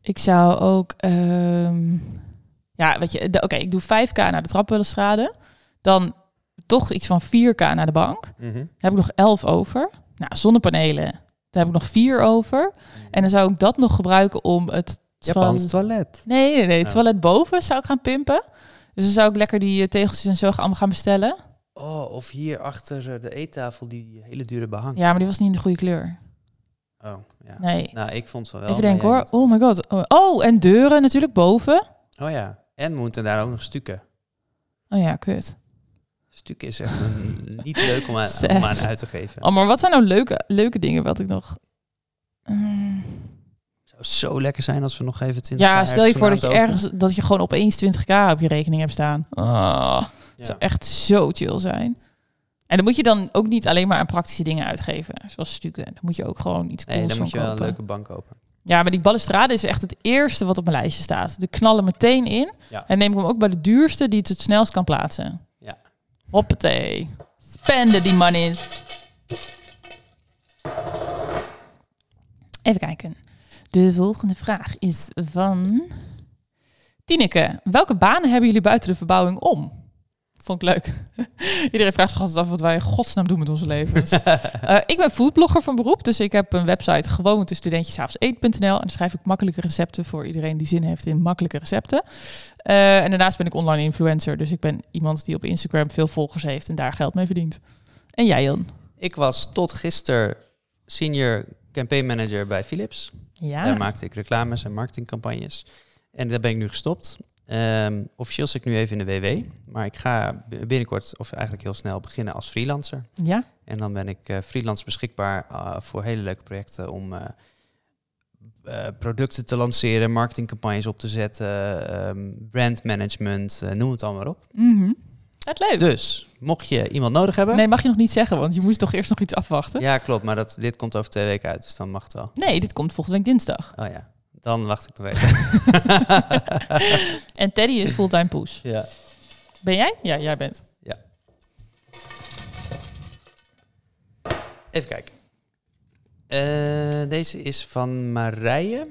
Ik zou ook... ehm, ja, weet je... de- Oké, ik doe 5k naar de trapbalustrade. Dan toch iets van 4k naar de bank. Dan Mhm. heb ik nog 11 over. Nou, zonnepanelen. Daar heb ik nog 4 over. En dan zou ik dat nog gebruiken om het... Japans toilet- toilet. Nee, nee, nee. Het Oh. toilet boven zou ik gaan pimpen. Dus dan zou ik lekker die eh, tegeltjes en zo allemaal gaan bestellen. Oh, of hier achter eh, de eettafel die hele dure behang. Ja, maar die was niet in de goede kleur. Oh, ja. Nee. Nou, ik vond van wel. Even maar denken jij hoor. Oh my god. Oh, Oh, en deuren natuurlijk boven. niet. Oh ja. En we moeten daar ook nog stukken. Oh ja, kut. Stuk is echt een- niet leuk om aan, Is om aan echt- uit te geven. Oh, maar wat zijn nou leuke, leuke dingen wat ik nog... Mm. zou zo lekker zijn als we nog even 20 ja, stel je nou voor dat je ergens dat je gewoon opeens 20k op je rekening hebt staan. Oh, dat zou echt zo chill zijn. En dan moet je dan ook niet alleen maar aan praktische dingen uitgeven, zoals stukken. Dan moet je ook gewoon iets cools Nee, dan van moet je wel een kopen. leuke bank kopen. Ja, maar die balustrade is echt het eerste wat op mijn lijstje staat. De knallen meteen in. Ja. En neem ik hem ook bij de duurste die het het snelst kan plaatsen. Ja. Hoppatee. Spenden die monies. Even kijken. De volgende vraag is van... Tineke, welke banen hebben jullie buiten de verbouwing om? Vond ik leuk. Iedereen vraagt zich altijd af wat wij in godsnaam doen met onze levens. Eh, ik ben foodblogger van beroep, dus ik heb een website gewoon te studentjesavondseet.nl. En daar schrijf ik makkelijke recepten voor iedereen die zin heeft in makkelijke recepten. Eh, en daarnaast ben ik online influencer, dus ik ben iemand die op Instagram veel volgers heeft en daar geld mee verdient. En jij, Jan? Ik was tot gisteren senior campaign manager bij Philips. Ja. Daar maakte ik reclames en marketingcampagnes. En daar ben ik nu gestopt. Ehm, officieel zit ik nu even in de WW. Maar ik ga b- binnenkort, of eigenlijk heel snel, beginnen als freelancer. ja. En dan ben ik eh, freelance beschikbaar ah, voor hele leuke projecten om eh, eh, producten te lanceren, marketingcampagnes op te zetten, ehm, brandmanagement, eh, noem het allemaal maar op. Mhm. Het leuk. Dus, mocht je iemand nodig hebben... Nee, mag je nog niet zeggen, want je moest toch eerst nog iets afwachten? Ja, klopt, maar dat, dit komt over twee weken uit, dus dan mag het wel. Nee, dit komt volgende week dinsdag. Oh ja, Dan wacht ik nog even. En Teddy is fulltime poes. ja. Ben jij? Ja, jij bent. Even kijken. Eh, deze is van Marije.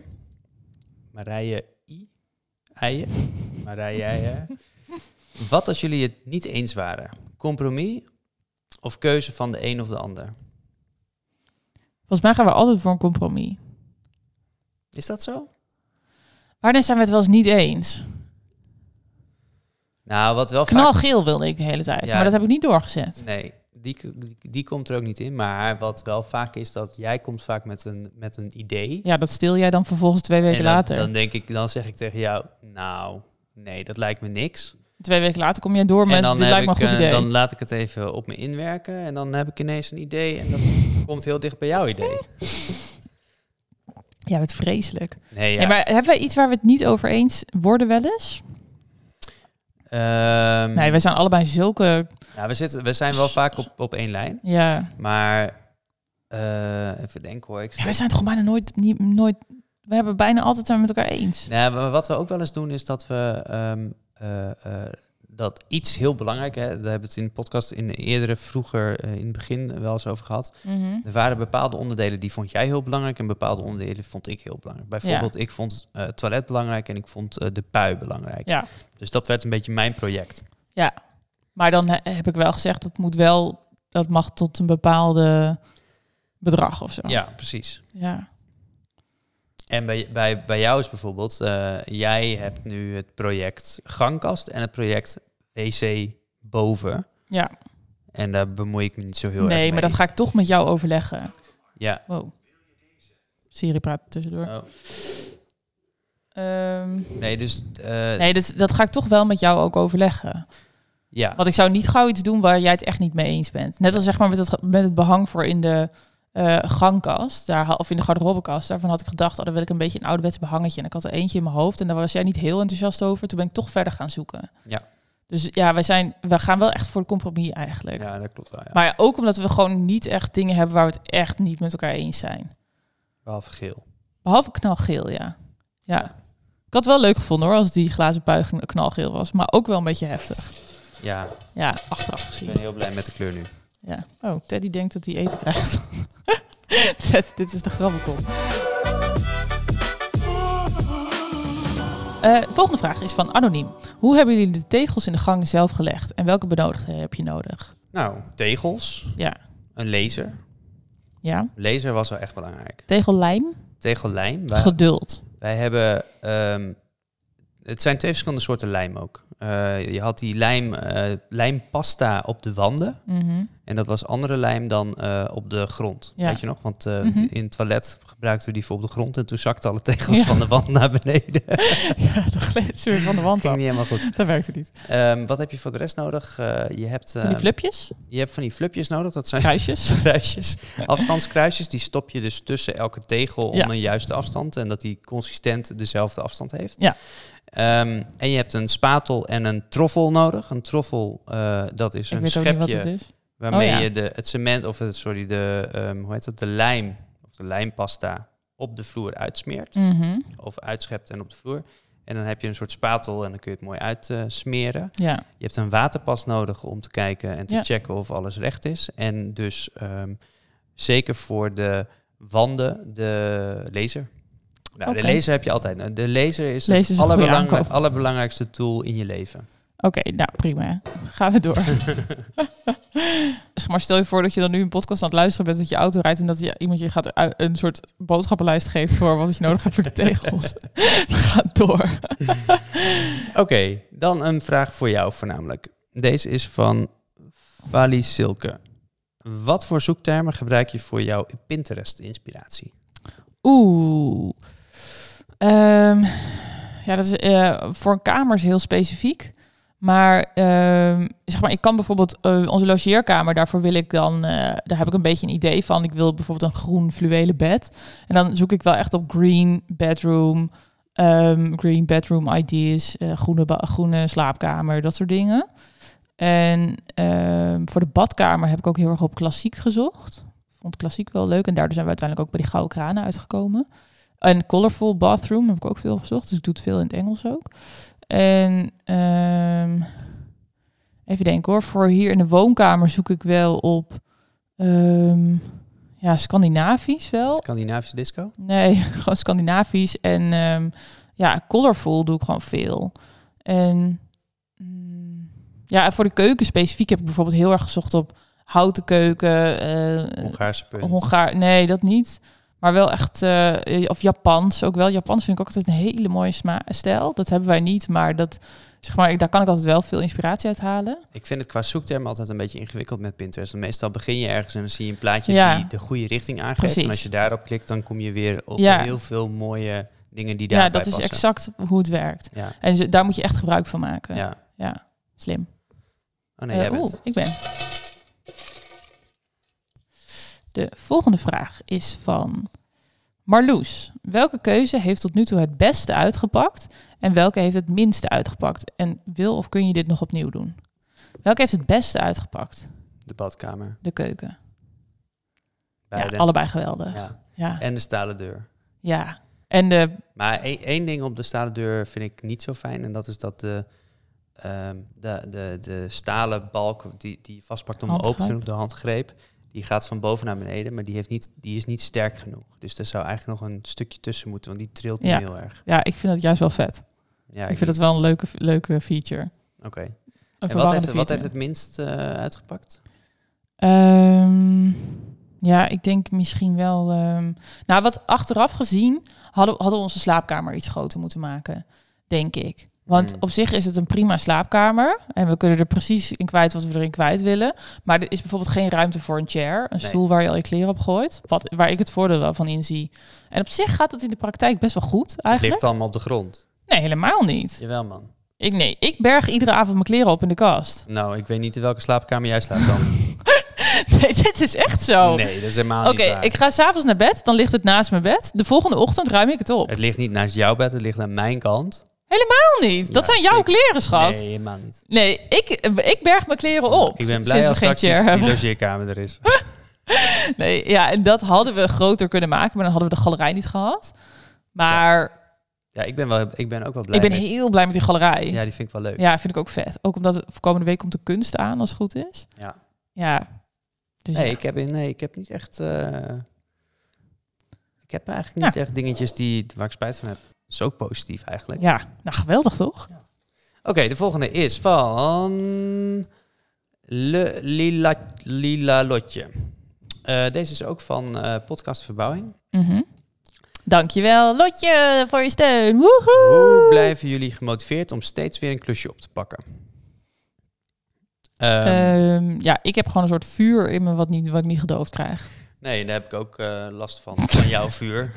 Marije I. Eien. Marije Eien. Wat als jullie het niet eens waren? Compromis of keuze van de een of de ander? Volgens mij gaan we altijd voor een compromis. Is dat zo? Waarna zijn we het wel eens niet eens? Nou, wat wel vaak... Knalgeel wilde ik de hele tijd, Ja. maar dat heb ik niet doorgezet. Nee, die, die, die komt er ook niet in. Maar wat wel vaak is, dat jij komt vaak met een, met een idee. Ja, dat stil jij dan vervolgens twee weken en dan, later. dan denk ik, dan zeg ik tegen jou, nou, nee, dat lijkt me niks. Twee weken later kom jij door en met, dan, dit heb lijkt me een ik, goed eh, idee. dan laat ik het even op me inwerken en dan heb ik ineens een idee en dat komt heel dicht bij jouw idee. Ja, wat vreselijk. Nee, ja. Ja. maar hebben wij iets waar we het niet over eens worden wel eens? Ehm, Nee, wij zijn allebei zulke... ja, we, zitten, we zijn wel vaak op, op één lijn, Ja, maar eh, even denken hoor. Ik ja wij zijn het gewoon bijna nooit, niet, nooit... We hebben bijna altijd zijn we met elkaar eens. Nee, maar wat we ook wel eens doen is dat we ehm, eh, eh, dat iets heel belangrijk, hè, daar hebben we het in de podcast in de eerdere, vroeger eh, in het begin wel eens over gehad. Mhm. Er waren bepaalde onderdelen die vond jij heel belangrijk en bepaalde onderdelen vond ik heel belangrijk. Bijvoorbeeld, ik vond eh, het toilet belangrijk en ik vond eh, de pui belangrijk. Ja. Dus dat werd een beetje mijn project. Maar dan he- heb ik wel gezegd, dat moet wel... Dat mag tot een bepaalde bedrag of zo. Ja, precies. ja. En bij, bij, bij jou is bijvoorbeeld, eh, jij hebt nu het project gangkast en het project wc boven. Ja. En daar bemoei ik me niet zo heel erg mee. Nee, maar dat ga ik toch met jou overleggen. Ja. Wow. Siri praat tussendoor. Oh. Ehm, Nee, dus eh, nee, dat, dat ga ik toch wel met jou ook overleggen. ja. Want ik zou niet gauw iets doen waar jij het echt niet mee eens bent. Net als zeg maar met het, met het behang voor in de eh, gangkast, daar, ha- of in de garderobekast. Daarvan had ik gedacht, oh, dan wil ik een beetje een ouderwetse behangetje. En ik had er eentje in mijn hoofd en daar was jij niet heel enthousiast over. Toen ben ik toch verder gaan zoeken. Ja. Dus ja, wij, zijn, wij gaan wel echt voor het compromis eigenlijk. ja, dat klopt wel. Ja. Maar ja, ook omdat we gewoon niet echt dingen hebben waar we het echt niet met elkaar eens zijn. Behalve geel. Behalve knalgeel, ja. Ja. Ik had het wel leuk gevonden hoor, als die glazen buiging knalgeel was. Maar ook wel een beetje heftig. Ja, Ja, achteraf ik gezien. ben heel blij met de kleur nu. Ja. Oh, Teddy denkt dat hij eten krijgt. Ted, dit is de grabbelton. Eh, volgende vraag is van Anoniem. Hoe hebben jullie de tegels in de gang zelf gelegd? En welke benodigdheden heb je nodig? Nou, tegels, Ja. een laser. Ja, Laser was wel echt belangrijk. tegellijm, Tegellijm. Wij, geduld. wij hebben... ehm, het zijn twee verschillende soorten lijm ook. Eh, je had die lijm, eh, lijmpasta op de wanden. Mhm. En dat was andere lijm dan eh, op de grond. Ja. Weet je nog? Want eh, Mhm. in het toilet gebruikten we die voor op de grond. En toen zakten alle tegels Ja. van de wand naar beneden. Ja, de glijdt ze weer van de wand Ging af. niet helemaal goed. Dat werkte niet. Ehm, wat heb je voor de rest nodig? Eh, je, hebt, Van die eh, flupjes, je hebt van die flupjes nodig. Dat zijn kruisjes. kruisjes. Afstandskruisjes, die stop je dus tussen elke tegel om Ja. een juiste afstand. En dat die consistent dezelfde afstand heeft. Ja. Ehm, en je hebt een spatel en een troffel nodig. Een troffel, eh, dat is Ik een weet ook niet wat het schepje is. waarmee Oh, ja. je de, het cement, of het, sorry, de, ehm, hoe heet dat, de lijm, of de lijmpasta op de vloer uitsmeert. Mhm. Of uitschept en op de vloer. En dan heb je een soort spatel en dan kun je het mooi uitsmeren. Ja. Je hebt een waterpas nodig om te kijken en te Ja. checken of alles recht is. En dus ehm, zeker voor de wanden, de laser. Nou, Oké. De laser heb je altijd. De laser is Laser is een het goede allerbelangrij- aankoop. allerbelangrijkste tool in je leven. Oké, nou prima. Gaan we door. zeg maar, stel je voor dat je dan nu een podcast aan het luisteren bent, dat je auto rijdt en dat je, iemand je gaat u- een soort boodschappenlijst geeft voor wat je nodig hebt voor de tegels. We gaan door. Oké, dan een vraag voor jou voornamelijk. Deze is van Vali Silke. Wat voor zoektermen gebruik je voor jouw Pinterest-inspiratie? Oeh. Ehm, ja, dat is eh, voor een kamer is heel specifiek. Maar ehm, zeg maar, ik kan bijvoorbeeld eh, onze logeerkamer, daarvoor wil ik dan, eh, daar heb ik een beetje een idee van. Ik wil bijvoorbeeld een groen fluwelen bed. En dan zoek ik wel echt op green bedroom, ehm, green bedroom ideas, eh, groene, ba- groene slaapkamer, dat soort dingen. En ehm, voor de badkamer heb ik ook heel erg op klassiek gezocht vond klassiek wel leuk. En daardoor zijn we uiteindelijk ook bij die gouden kranen uitgekomen. En Colorful Bathroom heb ik ook veel gezocht, dus ik doe het veel in het Engels ook. En ehm, even denken hoor, voor hier in de woonkamer zoek ik wel op ehm, ja, Scandinavisch wel. Scandinavische disco. Nee, gewoon Scandinavisch. En ehm, ja, colorful doe ik gewoon veel. En mm, ja, voor de keuken specifiek heb ik bijvoorbeeld heel erg gezocht op houten keuken. eh, Hongaarse punt. Hongaar, nee, dat niet. Maar wel echt, eh, of Japans ook wel. Japans vind ik ook altijd een hele mooie sma- stijl. Dat hebben wij niet, maar, dat, zeg maar ik- daar kan ik altijd wel veel inspiratie uit halen. Ik vind het qua zoektermen altijd een beetje ingewikkeld met Pinterest. Want meestal begin je ergens en dan zie je een plaatje Ja. die de goede richting aangeeft. Precies. En als je daarop klikt, dan kom je weer op Ja. heel veel mooie dingen die Ja, daarbij dat is passen. exact hoe het werkt. Ja, En ze- daar moet je echt gebruik van maken. Ja, ja. slim. Oh nee, Eh, jij bent. oeh, ik ben. De volgende vraag is van Marloes. Welke keuze heeft tot nu toe het beste uitgepakt en welke heeft het minste uitgepakt? En wil of kun je dit nog opnieuw doen? Welke heeft het beste uitgepakt? De badkamer. De keuken. Ja, Beide. allebei geweldig. Ja. Ja. ja. En de stalen deur. En de, Maar één, één ding op de stalen deur vind ik niet zo fijn. En dat is dat de, ehm, de, de, de stalen balk die, die je vastpakt om open te Handgreep. doen, de handgreep, die gaat van boven naar beneden. Maar die, heeft niet, die is niet sterk genoeg. Dus daar zou eigenlijk nog een stukje tussen moeten, want die trilt nu Ja. heel erg. ja, ik vind dat juist wel vet. Ja, ik vind niet. dat wel een leuke, leuke feature. Een Oké. En wat verwarrende heeft, wat feature. heeft het minst eh, uitgepakt? Ehm, ja, ik denk misschien wel. ehm, nou, wat achteraf gezien hadden, hadden we onze slaapkamer iets groter moeten maken, denk ik. Want Hmm. op zich is het een prima slaapkamer. En we kunnen er precies in kwijt wat we erin kwijt willen. Maar er is bijvoorbeeld geen ruimte voor een chair. Een Nee. stoel waar je al je kleren op gooit. Wat, waar ik het voordeel wel van inzie. En op zich gaat het in de praktijk best wel goed Het eigenlijk. ligt allemaal op de grond. Nee, helemaal niet. Jawel, man. Ik, nee, ik berg iedere avond mijn kleren op in de kast. Nou, ik weet niet in welke slaapkamer jij slaapt dan. Nee, dit is echt zo. Nee, dat is helemaal Oh. Oké, niet waar. ik ga s'avonds naar bed, dan ligt het naast mijn bed. De volgende ochtend ruim ik het op. Het ligt niet naast jouw bed, het ligt aan mijn kant. Helemaal niet. Dat Ja, zijn jouw zeker. kleren, schat. Nee, helemaal niet. Nee, ik, ik berg mijn kleren op. Ik ben Oh, sinds blij we als geen straks chair die hebben. logeerkamer er is. Nee, ja, en dat hadden we groter kunnen maken, maar dan hadden we de galerij niet gehad. Maar Ja, ik ben, wel, ik ben ook wel blij ik ben met- heel blij met die galerij. Ja. Ja, die vind ik wel leuk. vind ik ook vet. Ook omdat het voor komende week komt de kunst aan, als het goed is. Ja. Ja. Dus Nee, ja. ik heb, nee, ik heb niet echt... eh, ik heb eigenlijk niet echt dingetjes die, waar ik spijt van heb. Dat is ook positief eigenlijk. ja, nou geweldig toch? Oké, de volgende is van Le, Lila, Lila Lotje. Eh, deze is ook van eh, Podcast Verbouwing. Mhm. Dankjewel, Lotje, voor je steun. Woehoe! Hoe blijven jullie gemotiveerd om steeds weer een klusje op te pakken? Ehm, Ehm, ja, ik heb gewoon een soort vuur in me wat, niet, wat ik niet gedoofd krijg. nee, daar heb ik ook eh, last van, van jouw vuur.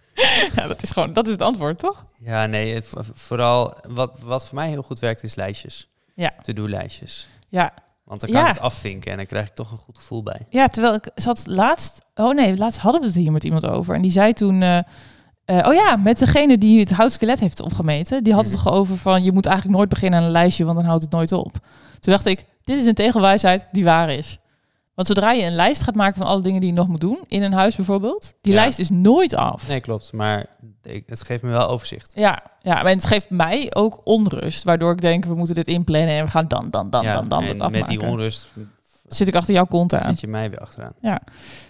ja, dat is gewoon, dat is het antwoord, toch? Ja, nee, het- vo- vooral wat, wat voor mij heel goed werkt is lijstjes. Ja. To-do-lijstjes. Ja. Want dan kan Ja. ik het afvinken en dan krijg ik toch een goed gevoel bij. Ja, terwijl ik zat laatst, oh nee, laatst hadden we het hier met iemand over. En die zei toen, eh, eh, oh ja, met degene die het houtskelet heeft opgemeten. Die had het Mhm. toch over van, je moet eigenlijk nooit beginnen aan een lijstje, want dan houdt het nooit op. Toen dacht ik, dit is een tegenwijsheid die waar is. Want zodra je een lijst gaat maken van alle dingen die je nog moet doen, in een huis bijvoorbeeld, die Ja. lijst is nooit af. Nee, klopt. Maar ik- het geeft me wel overzicht. Ja, ja, maar het geeft mij ook onrust, waardoor ik denk, we moeten dit inplannen en we gaan dan, dan, dan, Ja, dan, dan en het met afmaken. die onrust Zit ik achter jouw kont aan. zit je mij weer achteraan.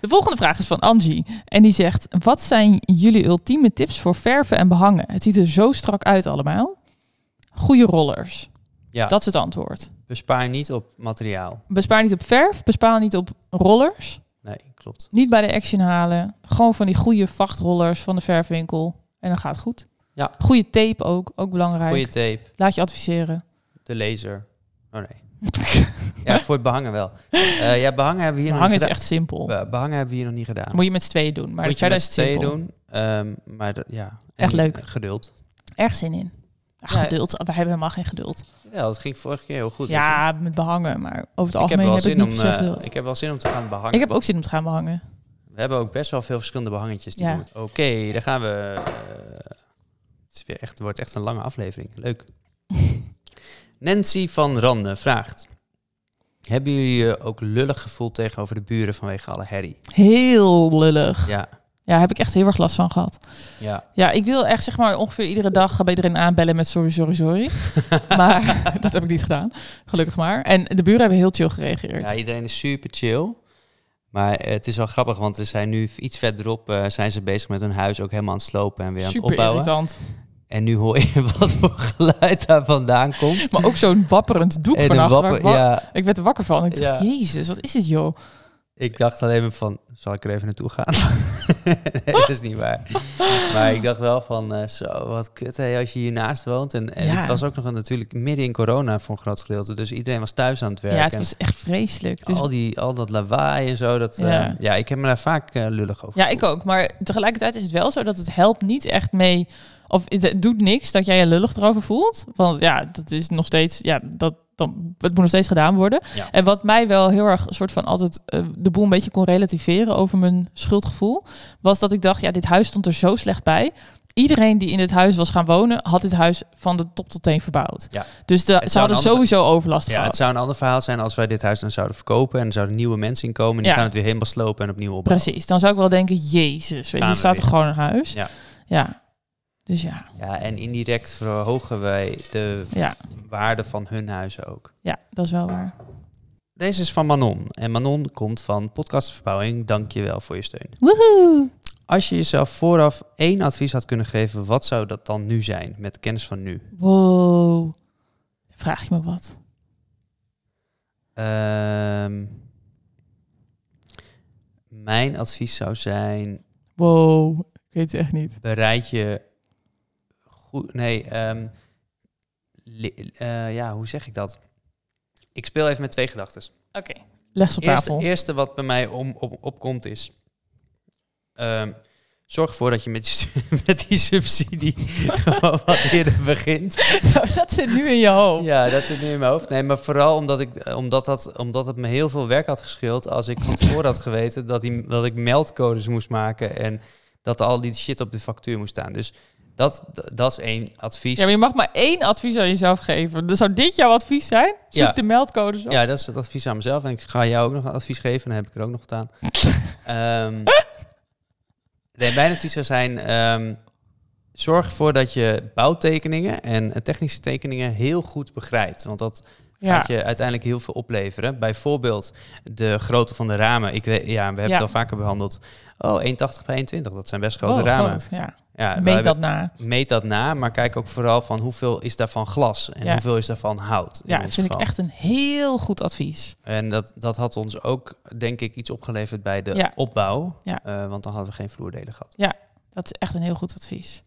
De volgende vraag is van Angie. En die zegt, wat zijn jullie ultieme tips voor verven en behangen? Het ziet er zo strak uit allemaal. Goede rollers. Ja. Dat is het antwoord. Bespaar niet op materiaal. Bespaar niet op verf, bespaar niet op rollers. Nee, klopt. Niet bij de action halen. Gewoon van die goede vachtrollers van de verfwinkel. En dan gaat het goed. Ja. Goede tape ook, ook belangrijk. Goeie tape, Laat je adviseren. de laser. Oh nee. ja, voor het behangen wel. Eh, ja, behangen hebben we hier Hangen nog is niet echt simpel. gedaan. Be- Behangen hebben we hier nog niet gedaan. Dat moet je met z'n tweeën doen. Maar Moet je verder met is z'n het tweeën simpel. doen. ehm, maar dat, ja. Echt leuk. eh, Geduld. Erg zin in. Ach, Ja. geduld. Wij hebben helemaal geen geduld. Ja, dat ging vorige keer heel goed. Ik- ja, met behangen. Maar over het ik heb algemeen wel heb ik zin niet om. per se eh, geduld. ik heb wel zin om te gaan behangen. Ik heb ook zin om te gaan behangen. We hebben ook best wel veel verschillende behangetjes. die Ja. we moeten- Oké, daar gaan we. eh, het, is weer echt, het wordt echt een lange aflevering. Leuk. Nancy van Randen vraagt: Hebben jullie je ook lullig gevoeld tegenover de buren vanwege alle herrie? Heel lullig. Ja. Ja, heb ik echt heel erg last van gehad. Ja. Ja, ik wil echt zeg maar ongeveer iedere dag bij iedereen aanbellen met sorry, sorry, sorry. maar dat heb ik niet gedaan, gelukkig maar. En de buren hebben heel chill gereageerd. ja, iedereen is super chill. Maar eh, het is wel grappig, want er zijn nu iets verderop eh, zijn ze bezig met hun huis ook helemaal aan het slopen en weer aan het Super opbouwen. irritant. En nu hoor je wat voor geluid daar vandaan komt. Maar ook zo'n wapperend doek En Eh, een vannacht. waar wapper- ik, wa- ja, ik werd er wakker van. Ik dacht, Ja. jezus, wat is dit joh? ik dacht alleen maar van, zal ik er even naartoe gaan? nee, dat is niet waar. Maar ik dacht wel van, eh, zo, wat kut hè, als je hiernaast woont. En, en Ja. het was ook nog een- natuurlijk midden in corona voor een groot gedeelte. Dus iedereen was thuis aan het werken. Ja, het was echt vreselijk. Het is al, die, al dat lawaai en zo. Dat, eh, ja. Ja. ik heb me daar vaak eh, lullig over Ja, ik gevoeld. ook. Maar tegelijkertijd is het wel zo dat het helpt niet echt mee. Of het het doet niks dat jij je lullig erover voelt. Want ja, dat is nog steeds. Ja, dat, dan, het moet nog steeds gedaan worden. Ja. En wat mij wel heel erg soort van altijd eh, de boel een beetje kon relativeren over mijn schuldgevoel. Was dat ik dacht, ja, dit huis stond er zo slecht bij. Iedereen die in dit huis was gaan wonen, had dit huis van de top tot teen verbouwd. Ja. Dus de, zou ze hadden een ander- sowieso overlast Ja, gehad. het zou een ander verhaal zijn als wij dit huis dan zouden verkopen en er zouden nieuwe mensen in komen. En die Ja. gaan het weer helemaal slopen en opnieuw opbouwen. Precies. Dan zou ik wel denken, jezus, weet je, Gaan er we staat er weer. gewoon een huis. Ja. ja. Dus ja, Ja, en indirect verhogen wij de ja. waarde van hun huizen ook. Ja, dat is wel waar. Deze is van Manon. En Manon komt van Podcastverbouwing. Dank je wel voor je steun. Woehoe! Als je jezelf vooraf één advies had kunnen geven, wat zou dat dan nu zijn met kennis van nu? Wow. Vraag je me wat? Ehm, mijn advies zou zijn: Wow. Ik weet het echt niet. bereid je goed. Nee, ehm, li- eh, ja, hoe zeg ik dat? Ik speel even met twee gedachten. Oké. Leg ze op Het tafel. eerste, eerste wat bij mij om, op, opkomt is... ehm, zorg ervoor dat je met, die stu- met die subsidie gewoon wat eerder begint. Nou, dat zit nu in je hoofd. Ja, dat zit nu in mijn hoofd. Nee, maar vooral omdat, ik, eh, omdat, dat, omdat het me heel veel werk had geschild... als ik van tevoren had geweten dat, die, dat ik meldcodes moest maken... en dat al die shit op de factuur moest staan. Dus dat, d- dat is één advies. Ja, maar je mag maar één advies aan jezelf geven. Dus zou dit jouw advies zijn? Zoek Ja. de meldcodes op. Ja, dat is het advies aan mezelf. En ik ga jou ook nog een advies geven. Dan heb ik er ook nog gedaan. Ehm, nee, mijn advies zou zijn... ehm, zorg ervoor dat je bouwtekeningen en eh, technische tekeningen heel goed begrijpt. Want dat Ja. gaat je uiteindelijk heel veel opleveren. Bijvoorbeeld de grootte van de ramen. Ik weet, ja, we hebben Ja. het al vaker behandeld. Oh, 180 bij 120. Dat zijn best grote Oh, ramen. groot, Ja. Ja, we Meet dat na. meet dat na. Maar kijk ook vooral van hoeveel is daarvan glas. En Ja. hoeveel is daarvan hout. in Ja, ons dat vind ik geval. echt een heel goed advies. En dat, dat had ons ook, denk ik, iets opgeleverd bij de Ja. opbouw. Ja. Eh, want dan hadden we geen vloerdelen gehad. Dat is echt een heel goed advies.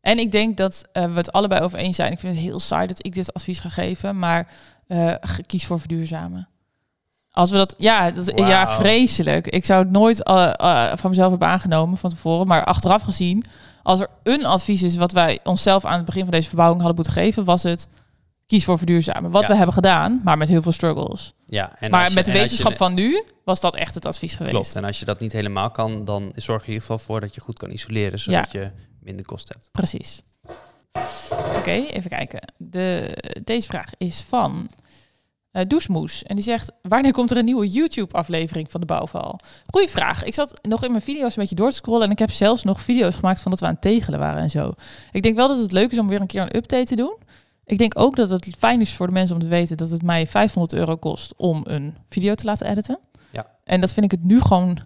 En ik denk dat eh, we het allebei over eens zijn. Ik vind het heel saai dat ik dit advies ga geven, maar eh, ge- kies voor verduurzamen. Als we dat, ja, dat, ja, Wauw. vreselijk. Ik zou het nooit eh, eh, van mezelf hebben aangenomen van tevoren, maar achteraf gezien, als er een advies is wat wij onszelf aan het begin van deze verbouwing hadden moeten geven, was het kies voor verduurzamen. Wat Ja. we hebben gedaan, maar met heel veel struggles. Ja, en als maar je- met en de als je- wetenschap van nu was dat echt het advies geweest. Klopt. En als je dat niet helemaal kan, dan zorg je in ieder geval voor dat je goed kan isoleren. Zodat je minder kosten hebt. Precies. Oké, even kijken. De, deze vraag is van eh Doesmoes. En die zegt, wanneer komt er een nieuwe YouTube-aflevering van de bouwval? Goeie vraag. Ik zat nog in mijn video's een beetje door te scrollen... en ik heb zelfs nog video's gemaakt van dat we aan het tegelen waren en zo. Ik denk wel dat het leuk is om weer een keer een update te doen. Ik denk ook dat het fijn is voor de mensen om te weten... dat het mij 500 euro kost om een video te laten editen. Ja. En dat vind ik het nu gewoon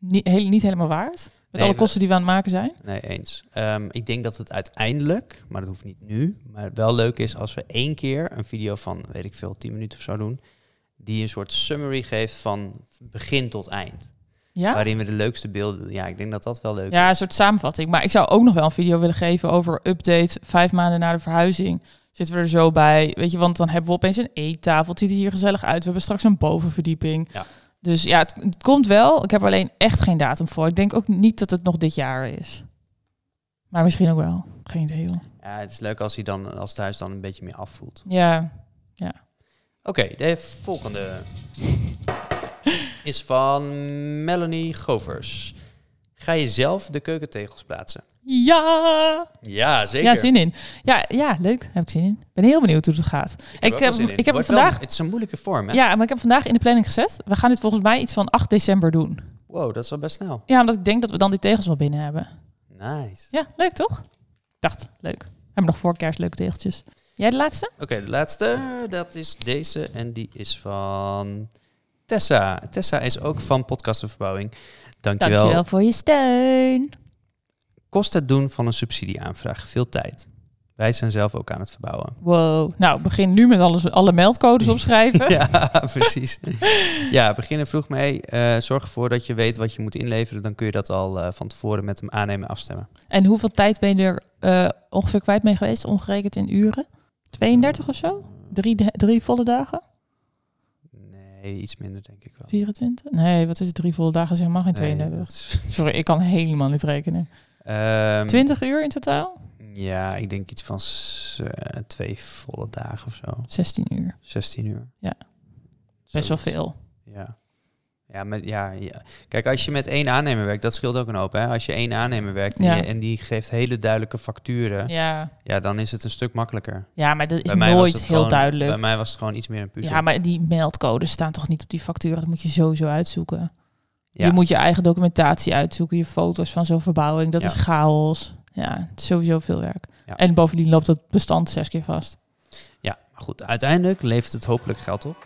niet, heel, niet helemaal waard. Met Nee, alle we- kosten die we aan het maken zijn. Nee, eens. Ehm, ik denk dat het uiteindelijk, maar dat hoeft niet nu, maar wel leuk is als we één keer een video van, weet ik veel, 10 minuten of zo doen. Die een soort summary geeft van begin tot eind. Ja? Waarin we de leukste beelden. Ja, ik denk dat dat wel leuk Ja, een soort samenvatting. Maar ik zou ook nog wel een video willen geven over update vijf maanden na de verhuizing. Zitten we er zo bij, weet je, want dan hebben we opeens een eettafel. Het ziet er hier gezellig uit. We hebben straks een bovenverdieping. Ja. Dus ja, het, het komt wel. Ik heb er alleen echt geen datum voor. Ik denk ook niet dat het nog dit jaar is. Maar misschien ook wel. Geen idee. joh. Ja, het is leuk als hij dan als thuis dan een beetje meer afvoelt. Ja, Oké, de volgende is van Melanie Govers. Ga je zelf de keukentegels plaatsen? ja. Ja, zeker. ja zin in. Ja, ja, leuk. Heb ik zin in. Ben heel benieuwd hoe het gaat. Ik ook heb- wel zin in. ik heb Wordt hem wel- vandaag- het is een moeilijke vorm, hè? Ja, maar ik heb vandaag in de planning gezet. We gaan dit volgens mij iets van 8 december doen. Wow, dat is al best snel. Ja, omdat ik denk dat we dan die tegels wel binnen hebben. Nice. Ja, leuk toch? Dacht, leuk. Hebben we nog voor kerst leuke tegeltjes. Jij de laatste? Oké, de laatste, dat is deze en die is van Tessa. Tessa is ook van Podcast de Verbouwing. Dankjewel. Dankjewel voor je steun. Kost het doen van een subsidieaanvraag veel tijd? Wij zijn zelf ook aan het verbouwen. Wow. Nou, begin nu met alles, alle meldcodes opschrijven. Ja, precies. ja, begin er vroeg mee. Eh, zorg ervoor dat je weet wat je moet inleveren. Dan kun je dat al eh, van tevoren met hem aannemen en afstemmen. En hoeveel tijd ben je er eh, ongeveer kwijt mee geweest, omgerekend in uren? 32 of zo? Drie, da- drie volle dagen? Nee, iets minder denk ik wel. 24? Nee, wat is het? Drie volle dagen is helemaal geen 32. Sorry, ik kan helemaal niet rekenen. Ehm, 20 uur in totaal? Ja, ik denk iets van s- eh, twee volle dagen of zo. 16 uur. 16 uur. Ja. Best wel Zoiets. veel. Ja. Ja, met, ja, ja, kijk, als je met één aannemer werkt, dat scheelt ook een hoop. Hè? Als je één aannemer werkt en, Ja. je- en die geeft hele duidelijke facturen, ja. Ja, dan is het een stuk makkelijker. ja maar dat is Bij mij was nooit het heel gewoon- Bij duidelijk. mij was het gewoon iets meer een puzzel. Ja, maar die meldcodes staan toch niet op die facturen? Dat moet je sowieso uitzoeken. Ja. Je moet je eigen documentatie uitzoeken, je foto's van zo'n verbouwing. Dat Ja. is chaos. Ja, het is sowieso veel werk. Ja. En bovendien loopt dat bestand zes keer vast. Ja, maar goed, uiteindelijk levert het hopelijk geld op.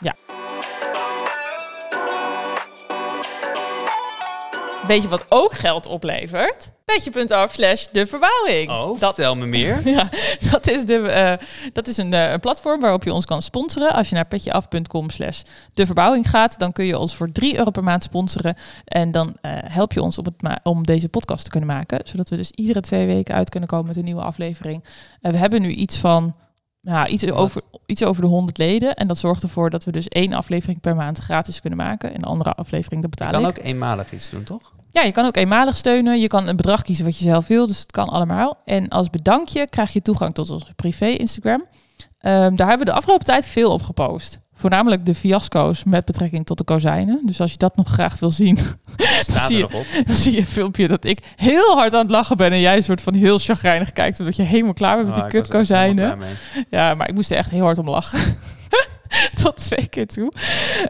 Weet je wat ook geld oplevert? Petje.af slash de verbouwing. Oh, dat, vertel me meer. ja, dat is, de, eh, dat is een eh, platform waarop je ons kan sponsoren. Als je naar petjeaf.com slash de verbouwing gaat, dan kun je ons voor 3 euro per maand sponsoren. En dan eh, help je ons om, het ma- om deze podcast te kunnen maken. Zodat we dus iedere twee weken uit kunnen komen met een nieuwe aflevering. Eh, we hebben nu iets van... Nou, iets Wat? over, iets over de 100 leden. En dat zorgt ervoor dat we dus één aflevering per maand gratis kunnen maken. En de andere aflevering, dat Je betaal kan ik. ook eenmalig iets doen, toch? Ja, je kan ook eenmalig steunen. Je kan een bedrag kiezen wat je zelf wil. Dus het kan allemaal. En als bedankje krijg je toegang tot onze privé Instagram. Ehm, daar hebben we de afgelopen tijd veel op gepost. Voornamelijk de fiasco's met betrekking tot de kozijnen. Dus als je dat nog graag wil zien, Staat Zie er je. nog op. dan zie je een filmpje dat ik heel hard aan het lachen ben. En jij een soort van heel chagrijnig kijkt. Omdat je helemaal klaar bent met Ah, die ik was er echt helemaal kutkozijnen. klaar mee. Ja, maar ik moest er echt heel hard om lachen. Tot twee keer toe.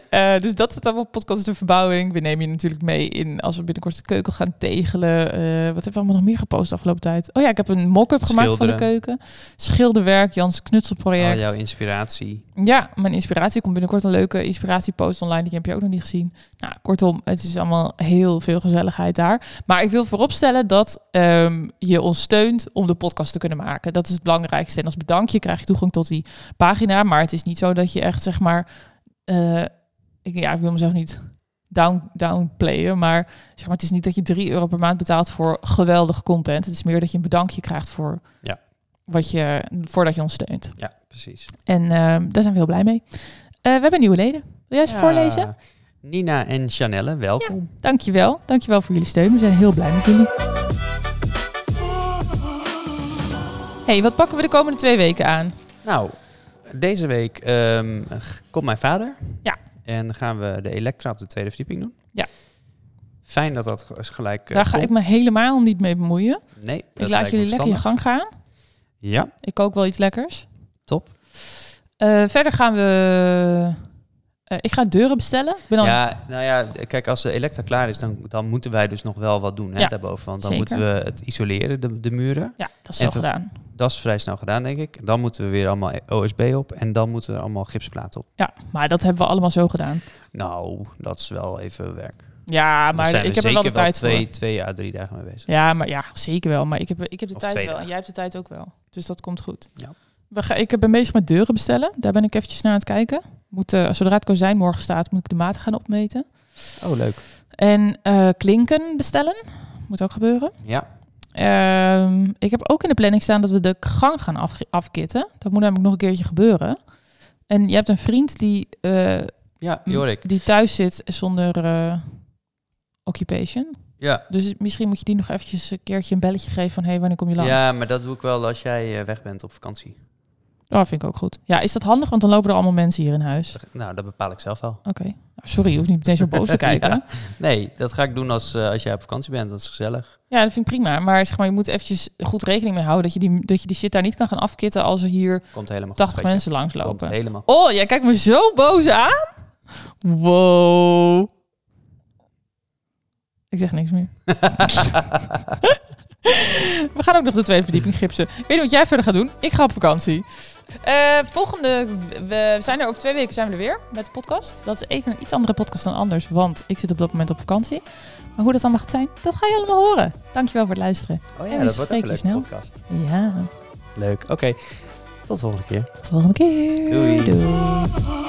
Eh, dus dat zit allemaal op podcast de verbouwing. We nemen je natuurlijk mee in als we binnenkort de keuken gaan tegelen. Eh, wat hebben we allemaal nog meer gepost de afgelopen tijd? Oh ja, ik heb een mock-up gemaakt van de Schilderen. Oh keuken. Schilderwerk, Jans Al Knutselproject. jouw inspiratie. Ja, mijn inspiratie komt binnenkort een leuke inspiratiepost online. Die heb je ook nog niet gezien. Nou, kortom, het is allemaal heel veel gezelligheid daar. Maar ik wil vooropstellen dat ehm, je ons steunt om de podcast te kunnen maken. Dat is het belangrijkste. En als bedankje krijg je toegang tot die pagina. Maar het is niet zo dat je echt, zeg maar... eh, ik, ja, ik wil mezelf niet down, downplayen. Maar, zeg maar het is niet dat je 3 euro per maand betaalt voor geweldig content. Het is meer dat je een bedankje krijgt voor... Ja. Wat je, voordat je ons steunt. Ja, precies. En ehm, daar zijn we heel blij mee. Eh, we hebben nieuwe leden. Wil jij ze Ja. voorlezen? Nina en Chanelle, welkom. Dankjewel. Dankjewel voor jullie steun. We zijn heel blij met jullie. hey, wat pakken we de komende twee weken aan? Nou, deze week ehm, g- komt mijn vader. Ja. En dan gaan we de Elektra op de tweede verdieping doen. Ja. Fijn dat dat ge- gelijk. eh, Daar ga komt. ik me helemaal niet mee bemoeien. Nee, Ik laat jullie lekker in gang gaan. Ja, Ik kook wel iets lekkers. top. Eh, verder gaan we... eh, ik ga deuren bestellen. Ik ben al- Ja, nou ja, d- kijk, als de Elektra klaar is, dan, dan moeten wij dus nog wel wat doen hè, Ja, daarboven. Want dan zeker. moeten we het isoleren, de, de muren. Ja, dat is al Even- gedaan. Dat is vrij snel gedaan, denk ik. Dan moeten we weer allemaal OSB op en dan moeten er allemaal gipsplaten op. Ja, maar dat hebben we allemaal zo gedaan. Nou, dat is wel even werk. Ja, Daar maar zijn ik heb er wel zeker de tijd voor. twee, twee à drie dagen mee bezig. Ja, maar ja, zeker wel. Maar ik heb, ik heb de Of tijd twee wel dagen. en jij hebt de tijd ook wel. Dus dat komt goed. Ja. We ga, ik ben bezig met deuren bestellen. Daar ben ik eventjes naar aan het kijken. Moet, eh, zodra het kozijn morgen staat, moet ik de maten gaan opmeten. Oh, leuk. En eh, klinken bestellen. Moet ook gebeuren. Ja, Ehm, ik heb ook in de planning staan dat we de gang gaan afge- afkitten. Dat moet namelijk nog een keertje gebeuren. En je hebt een vriend die, eh, ja Jorik. die thuis zit zonder eh, occupation. Ja, Dus misschien moet je die nog eventjes een keertje een belletje geven van... hé, hey, wanneer kom je langs? Ja, maar dat doe ik wel als jij eh, weg bent op vakantie. Oh, vind ik ook goed. Ja, is dat handig? Want dan lopen er allemaal mensen hier in huis. Dat- Nou, dat bepaal ik zelf wel. Oké. Nou, Sorry, je hoeft niet meteen zo boos te kijken. Ja. ja. Nee, dat ga ik doen als, eh, als jij op vakantie bent. Dat is gezellig. dat vind ik prima. Maar zeg maar, je moet eventjes goed rekening mee houden... dat je die, dat je die shit daar niet kan gaan afkitten... als er hier Komt helemaal 80 goed. weet je. mensen Komt langslopen. helemaal Oh, jij kijkt me zo boos aan. Wow. Ik zeg niks meer. We gaan ook nog de tweede verdieping gipsen. Ik weet niet wat jij verder gaat doen. Ik ga op vakantie. Eh, volgende, we zijn er over twee weken zijn we er weer met de podcast. Dat is even een iets andere podcast dan anders, want ik zit op dat moment op vakantie. Maar hoe dat allemaal gaat zijn, dat ga je allemaal horen. Dankjewel voor het luisteren. Oh En ja, we dat wordt ook een spreken leuke snel. podcast. Ja, Leuk. Oké, tot de volgende keer. tot de volgende keer. Doei. Doei.